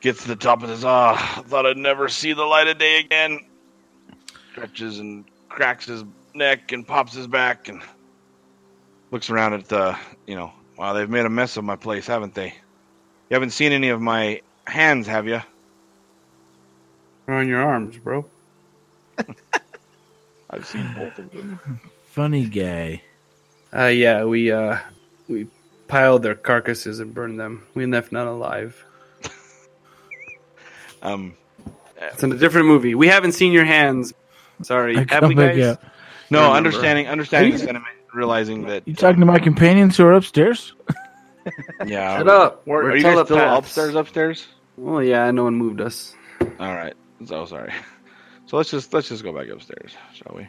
S7: Gets to the top of this. Ah, thought I'd never see the light of day again. Stretches and cracks his neck and pops his back and looks around at the. You know, wow, they've made a mess of my place, haven't they? You haven't seen any of my hands, have you?
S9: They're on your arms, bro.
S7: I've seen both of them.
S6: Funny guy.
S9: Uh, yeah, we uh, we piled their carcasses and burned them. We left none alive.
S7: um,
S9: it's in a different movie. We haven't seen your hands. Sorry,
S13: [laughs]
S9: have
S13: Oh
S9: we, guys? I
S7: No,
S9: remember.
S7: understanding, understanding the sentiment, realizing that. uh,
S6: You talking to my companions who are upstairs?
S7: Yeah.
S9: Shut up.
S7: Were-
S9: We're
S7: are you guys still
S9: telepaths.
S7: upstairs? Upstairs?
S9: Well, Oh, yeah, no one moved us.
S7: All right. So sorry. [laughs] So let's just let's just go back upstairs, shall we?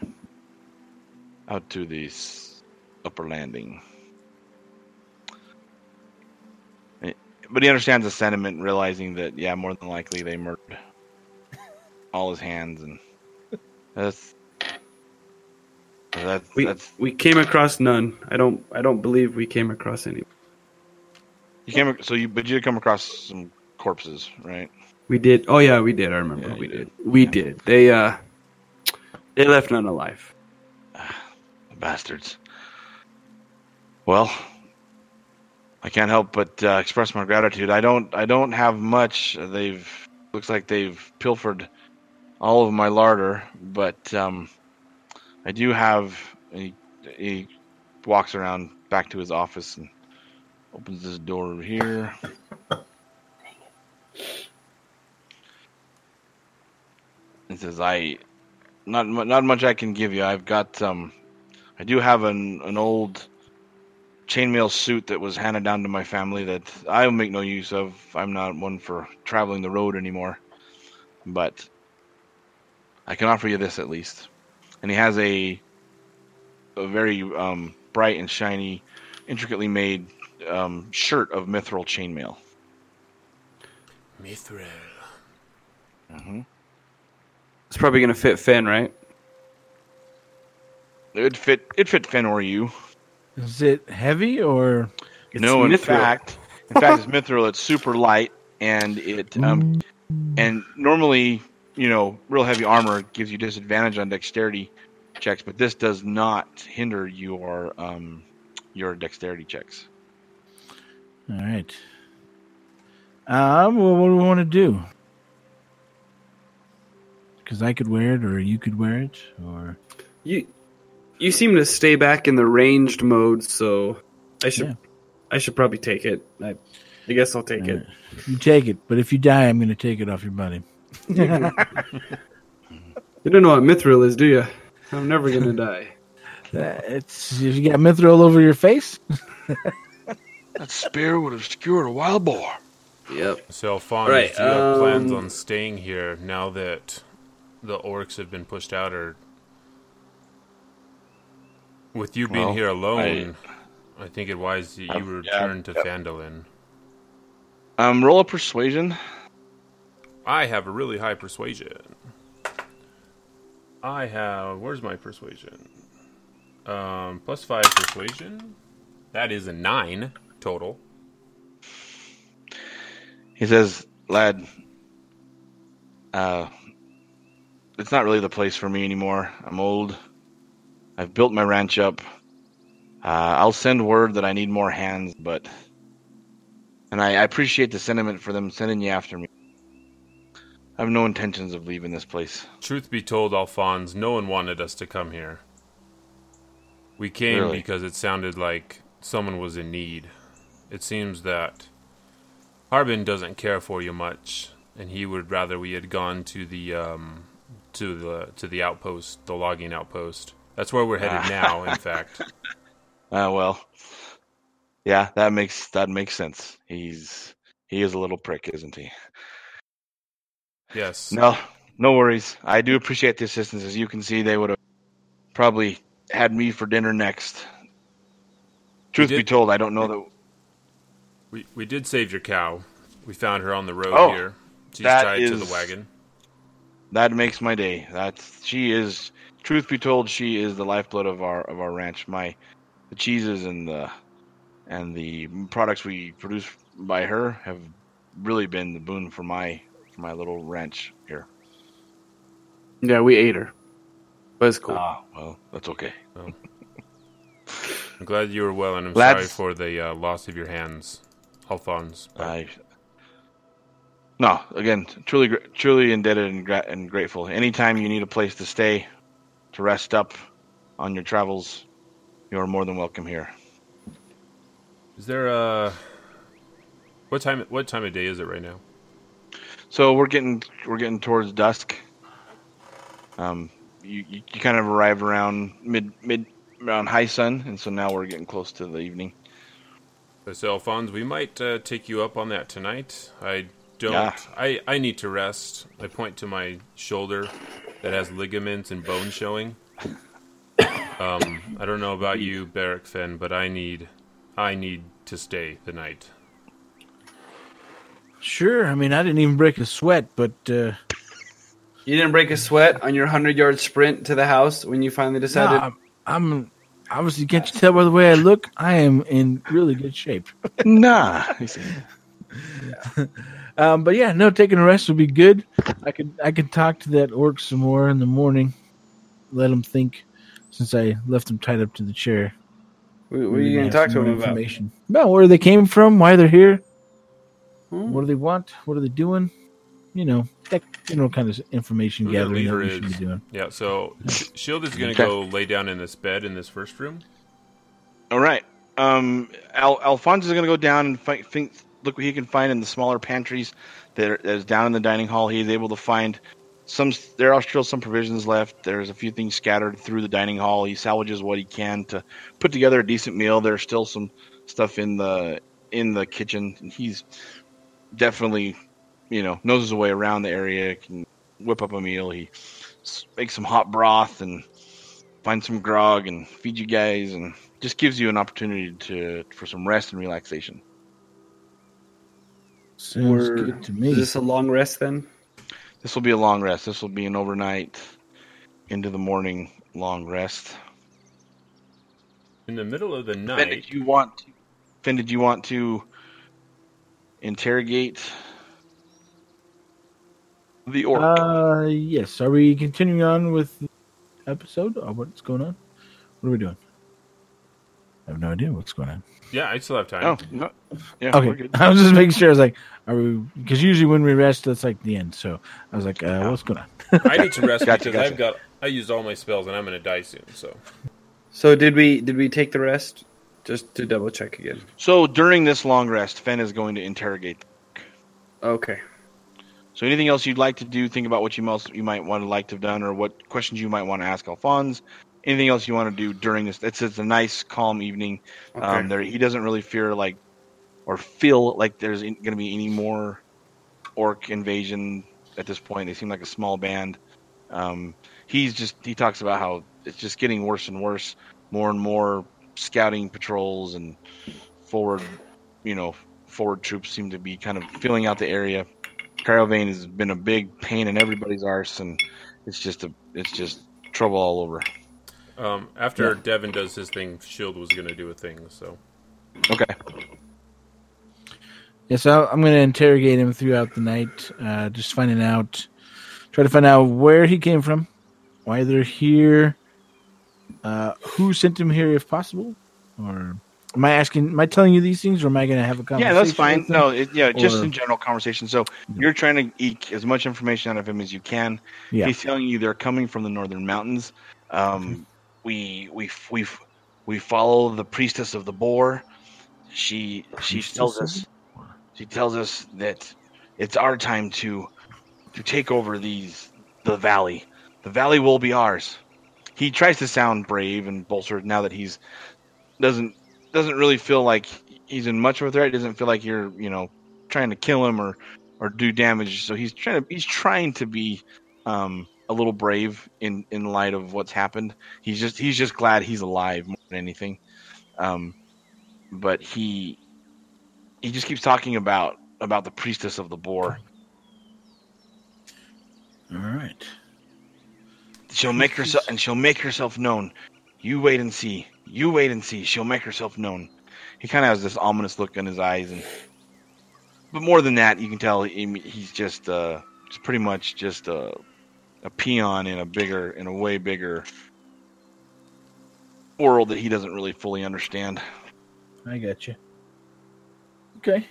S7: Out to the s- upper landing. Eh, But he understands the sentiment, realizing that yeah, more than likely they murdered all his hands and That's that's,
S9: we
S7: that's
S9: we came across none. I don't I don't believe we came across any.
S7: you came so you but you did come across some corpses, right?
S9: We did. Oh yeah, we did. I remember. we did. We did. They uh, they left none alive.
S7: Bastards. Well, I can't help but uh, express my gratitude. I don't I don't have much. They've looks like they've pilfered all of my larder, but um, I do have. He, he walks around back to his office and opens this door over here. It says, "I not mu- not much I can give you. I've got um, I do have an an old chainmail suit that was handed down to my family that I'll make no use of. I'm not one for traveling the road anymore, but I can offer you this at least." And he has a a very um, bright and shiny, intricately made um, shirt of mithril chainmail.
S5: Mithril.
S7: Mm-hmm.
S9: It's probably gonna fit Finn, right?
S7: It would fit. It fit Finn or you.
S13: Is it heavy or
S7: no, in fact, in fact, it's mithril. It's super light, and it um, and normally, you know, real heavy armor gives you disadvantage on dexterity checks, but this does not hinder your um, your dexterity checks.
S13: all right? Um, well, what do we want to do? Because I could wear it, or you could wear it, or
S9: You you seem to stay back in the ranged mode, so I should I should probably take it. I I guess I'll take it.
S13: you take it. But if you die, I'm going to take it off your body.
S9: You don't know what mithril is, do you? I'm never [laughs] gonna die.
S13: Uh, It's if you got mithril all over your face. [laughs]
S7: That spear would have skewered a wild boar.
S9: Yep.
S5: So, Alphonse,
S9: Right,
S5: do you have plans
S9: um,
S5: on staying here now that the orcs have been pushed out, or with you being
S7: Well,
S5: here alone, I, think it wise that you
S7: Um, yeah,
S5: return to
S7: yep.
S5: Phandalin.
S7: Um, roll a persuasion.
S5: I have a really high persuasion. I have. Where's my persuasion? Um, plus five persuasion. That is a nine total.
S7: He says, "Lad, uh, it's not really the place for me anymore. I'm old. I've built my ranch up. Uh, I'll send word that I need more hands, but and I, I appreciate the sentiment for them sending you after me. I have no intentions of leaving this place.
S5: Truth be told, Alphonse, no one wanted us to come here. We came
S7: Really?
S5: because it sounded like someone was in need. It seems that Harbin doesn't care for you much, and he would rather we had gone to the um, to the to the outpost, the logging outpost. That's where we're
S7: [laughs]
S5: headed now. In fact,
S7: Uh, well, yeah, that makes that makes sense. He's he is a little prick, isn't he?
S5: yes.
S7: No, no worries. I do appreciate the assistance. As you can see, they would have probably had me for dinner next. Truth be
S5: did-
S7: told, I don't know that.
S5: We we did save your cow. We found her on the road
S7: Oh,
S5: here. She's
S7: that
S5: tied to the
S7: is-
S5: wagon.
S7: That makes my day. That's she is. Truth be told, she is the lifeblood of our of our ranch. My the cheeses and the and the products we produce by her have really been the boon for my for my little ranch here.
S9: Yeah, we ate her. But it's cool.
S7: Ah, well, that's okay.
S5: I'm glad you were well, and I'm
S7: Lads-
S5: sorry for the uh, loss of your hands, Alphonse.
S7: I no, again, truly, gr- truly indebted and, gra- and grateful. Anytime you need a place to stay, to rest up on your travels, you are more than welcome here.
S5: Is there a what time? What time of day is it right now?
S7: So we're getting we're getting towards dusk. Um, you, you, you kind of arrive around mid mid around high sun, and so now we're getting close to the evening.
S5: So, Alphonse, we might uh, take you up on that tonight. I don't.
S7: Yeah.
S5: I I need to rest. I point to my shoulder that has ligaments and bone showing. Um, I don't know about you, Barrack Finn, but I need I need to stay the night.
S13: Sure. I mean, I didn't even break a sweat, but uh,
S9: You didn't break a sweat on your hundred yard sprint to the house when you finally decided.
S6: No, I'm, I'm obviously can't you tell by the way I look? I am in really good shape.
S7: [laughs] nah.
S6: yeah. Um, but yeah, no, taking a rest would be good. I could I could talk to that orc some more in the morning. Let him think, since I left him tied up to the chair.
S9: What, what are you going to talk to him about?
S6: About where they came from, why they're here, hmm. what do they want, what are they doing? You know, that you know kind of information Who gathering that we should be doing.
S5: Yeah. So Shield is going to okay. go lay down in this bed in this first room.
S7: All right. Um, Al- Alfonso is going to go down and fight, think, look what he can find in the smaller pantries that are, that is down in the dining hall. He's able to find some. There are still some provisions left. There's a few things scattered through the dining hall. He salvages what he can to put together a decent meal. There's still some stuff in the in the kitchen. He's definitely, you know, knows his way around the area. Can whip up a meal. He makes some hot broth and find some grog and feed you guys and just gives you an opportunity to for some rest and relaxation.
S6: Sounds good to me.
S9: Is this a long rest then?
S7: This will be a long rest. This will be an overnight into the morning long rest.
S5: In the middle of the night.
S7: Finn, did you want to, Finn, did you want to interrogate the orc?
S6: Uh, yes. Are we continuing on with episode or what's going on? What are we doing? I have no idea what's going on.
S5: Yeah, I still have time.
S7: Oh, no. yeah,
S6: [laughs]
S7: okay.
S6: I was just making sure. I was like, are we? Because usually when we rest, that's like the end. So I was like, uh, yeah. what's going on?
S5: I need to rest gotcha, because gotcha. I've got I used all my spells and I'm going to die soon. So,
S9: so did we? Did we take the rest? Just to double check again.
S7: So during this long rest, Fen is going to interrogate.
S9: Okay.
S7: So anything else you'd like to do? Think about what you most you might want to like to have done, or what questions you might want to ask Alphonse anything else you want to do during this it's, it's a nice calm evening okay. um, there he doesn't really fear like or feel like there's going to be any more orc invasion at this point they seem like a small band um, he's just he talks about how it's just getting worse and worse more and more scouting patrols and forward you know forward troops seem to be kind of filling out the area caravane has been a big pain in everybody's arse and it's just a it's just trouble all over
S5: um, after yeah. Devin does his thing, Shield E was going to do a thing. So,
S7: okay.
S6: Yeah, so I'm going to interrogate him throughout the night, uh, just finding out, try to find out where he came from, why they're here, uh, who sent him here, if possible, or am I asking? Am I telling you these things, or am I going to have a conversation?
S7: Yeah, that's fine. No, it, yeah, just or... in general conversation. So you're trying to eke as much information out of him as you can. Yeah. He's telling you they're coming from the northern mountains. Um, okay we we we we follow the priestess of the boar. She she tells us she tells us that it's our time to to take over these the valley. The valley will be ours. He tries to sound brave and bolstered now that he's doesn't doesn't really feel like he's in much of a threat. Doesn't feel like you're you know trying to kill him or or do damage. So he's trying to he's trying to be um, a little brave in in light of what's happened. He's just he's just glad he's alive more than anything. Um, but he he just keeps talking about about the priestess of the boar.
S6: All right.
S7: She'll make herself and she'll make herself known. You wait and see. You wait and see. She'll make herself known. He kind of has this ominous look in his eyes, and but more than that, you can tell he, he's just uh, just pretty much just uh, a peon in a bigger in a way bigger world that he doesn't really fully understand.
S6: I got you. Okay.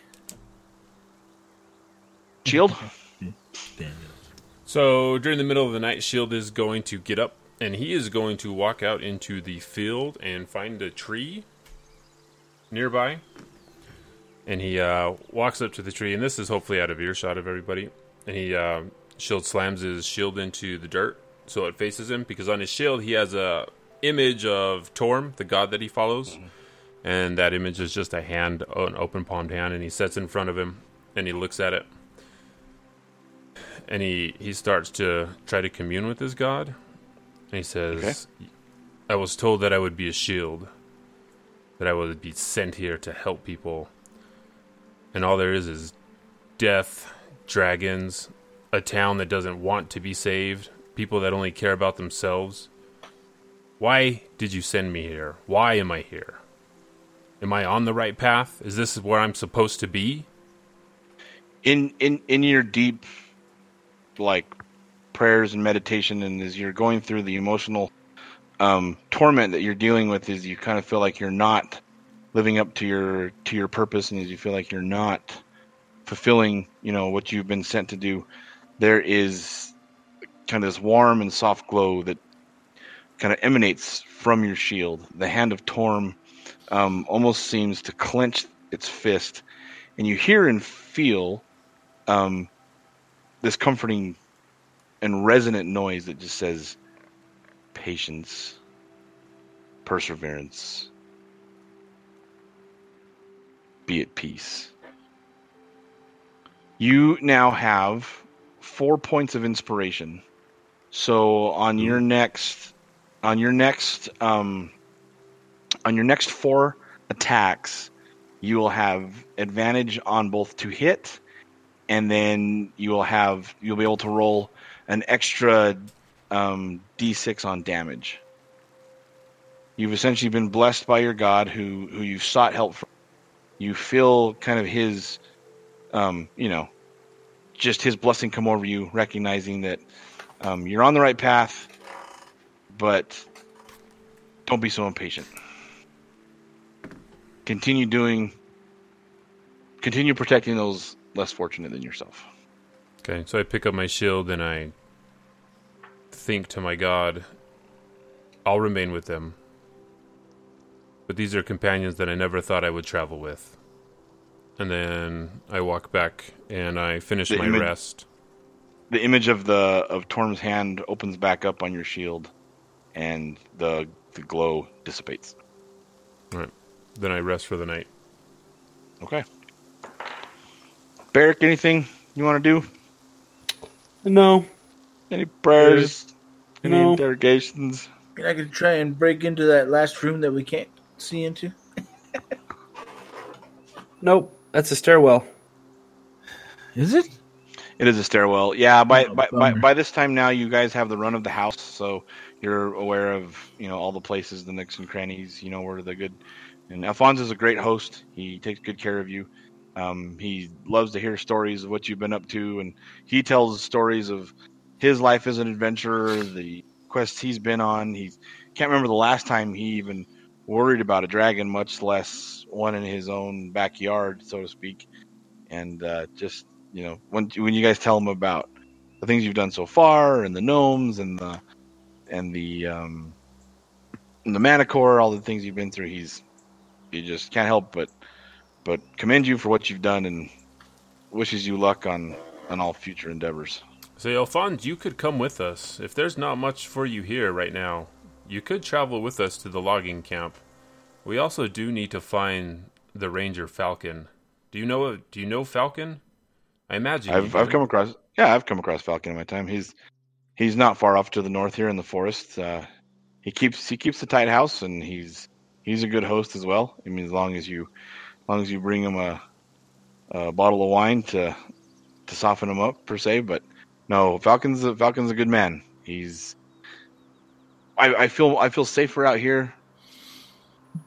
S7: Shield.
S5: so during the middle of the night, Shield E is going to get up and he is going to walk out into the field and find a tree nearby. And he uh, walks up to the tree, and this is hopefully out of earshot of everybody. And he uh, Shield slams his shield into the dirt so it faces him because on his shield he has a image of Torm, the god that he follows, and that image is just a hand, an open palmed hand, and he sets in front of him and he looks at it, and he he starts to try to commune with his god, and he says, okay. "I was told that I would be a shield, that I would be sent here to help people, and all there is is death." Dragons, a town that doesn't want to be saved, people that only care about themselves. Why did you send me here? Why am I here? Am I on the right path? Is this where I'm supposed to be?
S7: In in in your deep like prayers and meditation and as you're going through the emotional um, torment that you're dealing with is you kind of feel like you're not living up to your to your purpose and as you feel like you're not fulfilling you know what you've been sent to do there is kind of this warm and soft glow that kind of emanates from your shield the hand of torm um, almost seems to clench its fist and you hear and feel um, this comforting and resonant noise that just says patience perseverance be at peace. You now have four points of inspiration. So on your next, on your next, um, on your next four attacks, you will have advantage on both to hit, and then you will have you'll be able to roll an extra um, d6 on damage. You've essentially been blessed by your God, who who you've sought help from you feel kind of his um, you know just his blessing come over you recognizing that um, you're on the right path but don't be so impatient continue doing continue protecting those less fortunate than yourself
S5: okay so i pick up my shield and i think to my god i'll remain with them but these are companions that I never thought I would travel with. And then I walk back and I finish
S7: The
S5: my
S7: image-
S5: rest.
S7: the image of the of torm's hand opens back up on your shield and the the glow dissipates
S5: All right. Then I rest for the night.
S7: okay Barrick, anything you want to do
S9: No.
S7: Any prayers? Any
S6: No.
S7: interrogations?
S6: And I could try and break into that last room that we can't see into.
S9: Nope. That's a stairwell.
S6: Is it?
S7: It is a stairwell. Yeah, by, by, by, by this time now, you guys have the run of the house, so you're aware of you know all the places, the nooks and crannies. You know where the good. And Alphonse is a great host. He takes good care of you. Um, he loves to hear stories of what you've been up to, and he tells stories of his life as an adventurer, the quests he's been on. He can't remember the last time he even worried about a dragon, much less one in his own backyard, so to speak. And uh, just you know, when when you guys tell him about the things you've done so far, and the gnomes, and the and the um, and the manicore, all the things you've been through, he's he just can't help but but commend you for what you've done and wishes you luck on on all future endeavors.
S5: So, Alphonse, you could come with us. If there's not much for you here right now, you could travel with us to the logging camp. We also do need to find the Ranger Falcon. Do you know? Do you know Falcon? I imagine you
S7: I've I've
S5: do.
S7: come across yeah I've come across Falcon in my time. He's he's not far off to the north here in the forest. Uh, he keeps he keeps a tight house and he's he's a good host as well. I mean as long as you as long as you bring him a a bottle of wine to to soften him up per se. But no Falcon's a, Falcon's a good man. He's I, I feel I feel safer out here,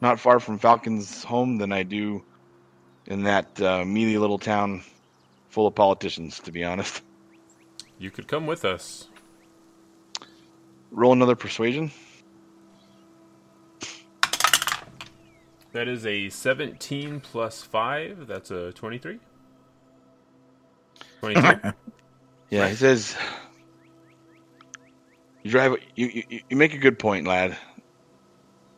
S7: not far from Falcon's home than I do in that uh, mealy little town full of politicians, to be honest.
S5: You could come with us.
S7: Roll another persuasion.
S5: That is a 17 plus 5. That's a
S7: [laughs]
S5: 23. 22.
S7: Yeah, he says, "You drive. You, you you make a good point, lad.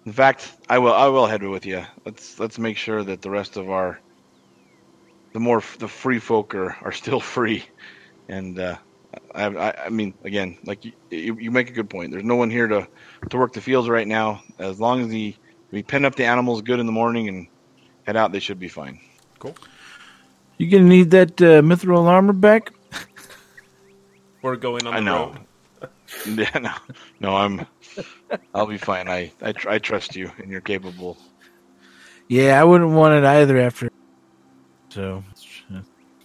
S7: In fact, I will I will head with you. Let's let's make sure that the rest of our the more f- the free folk are, are still [laughs] free, and uh, I, I I mean again, like you, you you make a good point. There's no one here to to work the fields right now. As long as the we pen up the animals good in the morning and head out, they should be fine.
S6: You gonna need that uh, mithril armor back?
S5: We're going on the
S7: I know.
S5: road.
S7: [laughs] yeah, no, no, I'm. I'll be fine. I I, tr- I trust you, and you're capable.
S6: Yeah, I wouldn't want it either. After so,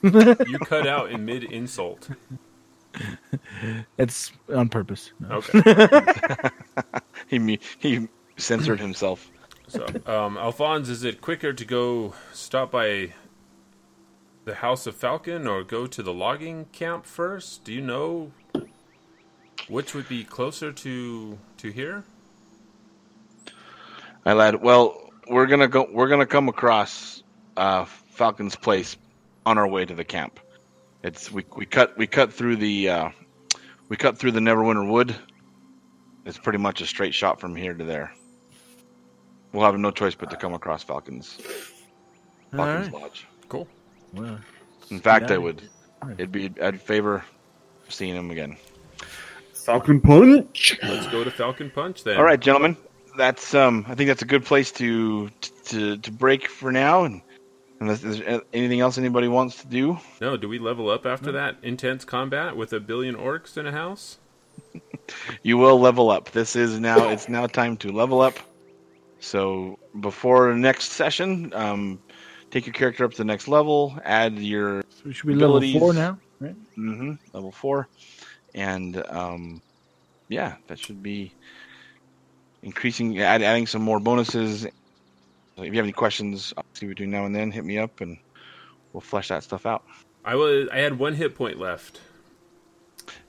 S5: you cut out in mid insult.
S6: it's on purpose. No.
S7: Okay. he he censored himself.
S5: So, um, Alphonse, is it quicker to go stop by the House of Falcon or go to the logging camp first? Do you know which would be closer to to here?
S7: I lied. Well, we're gonna go. We're gonna come across uh, Falcon's place on our way to the camp. It's we, we cut we cut through the uh, we cut through the Neverwinter Wood. It's pretty much a straight shot from here to there. We'll have no choice but to come across Falcon's
S5: right.
S7: Falcon's Lodge.
S5: Cool.
S6: Well,
S7: In fact,
S6: yeah.
S7: I would. It'd be I'd favor seeing him again.
S12: Falcon Punch.
S5: Let's go to Falcon Punch then.
S7: All right, gentlemen. That's um. I think that's a good place to to to break for now. And unless there's anything else anybody wants to do,
S5: No, do we level up after that intense combat with a billion orcs in a house?
S7: you will level up. This is now. It's now time to level up. So before next session, um, take your character up to the next level. Add your
S6: We should be level
S7: abilities.
S6: four now, right?
S7: hmm level four, and um, yeah, that should be increasing, add, adding some more bonuses. If you have any questions, obviously between now and then, hit me up, and we'll flesh that stuff out.
S5: I was I had one hit point left.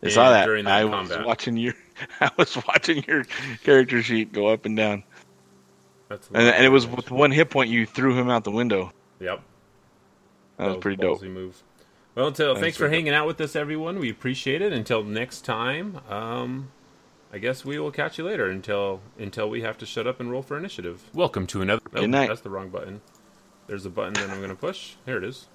S7: I saw
S5: And
S7: that.
S5: during that
S7: I
S5: combat.
S7: was watching your, [laughs] I was watching your character sheet go up and down,
S5: That's a
S7: and,
S5: lot.
S7: and it was with one hit point you threw him out the window.
S5: Yep.
S7: That was
S5: That
S7: pretty
S5: was
S7: dope.
S5: a Oh, ballsy move. Well, until
S7: Thanks,
S5: thanks for
S7: Jacob.
S5: hanging out with us, everyone. We appreciate it. Until next time, um, I guess we will catch you later. Until until we have to shut up and roll for initiative. Welcome to another.
S1: Good night.
S5: That's the wrong button. There's a button that I'm going to push. Here it is.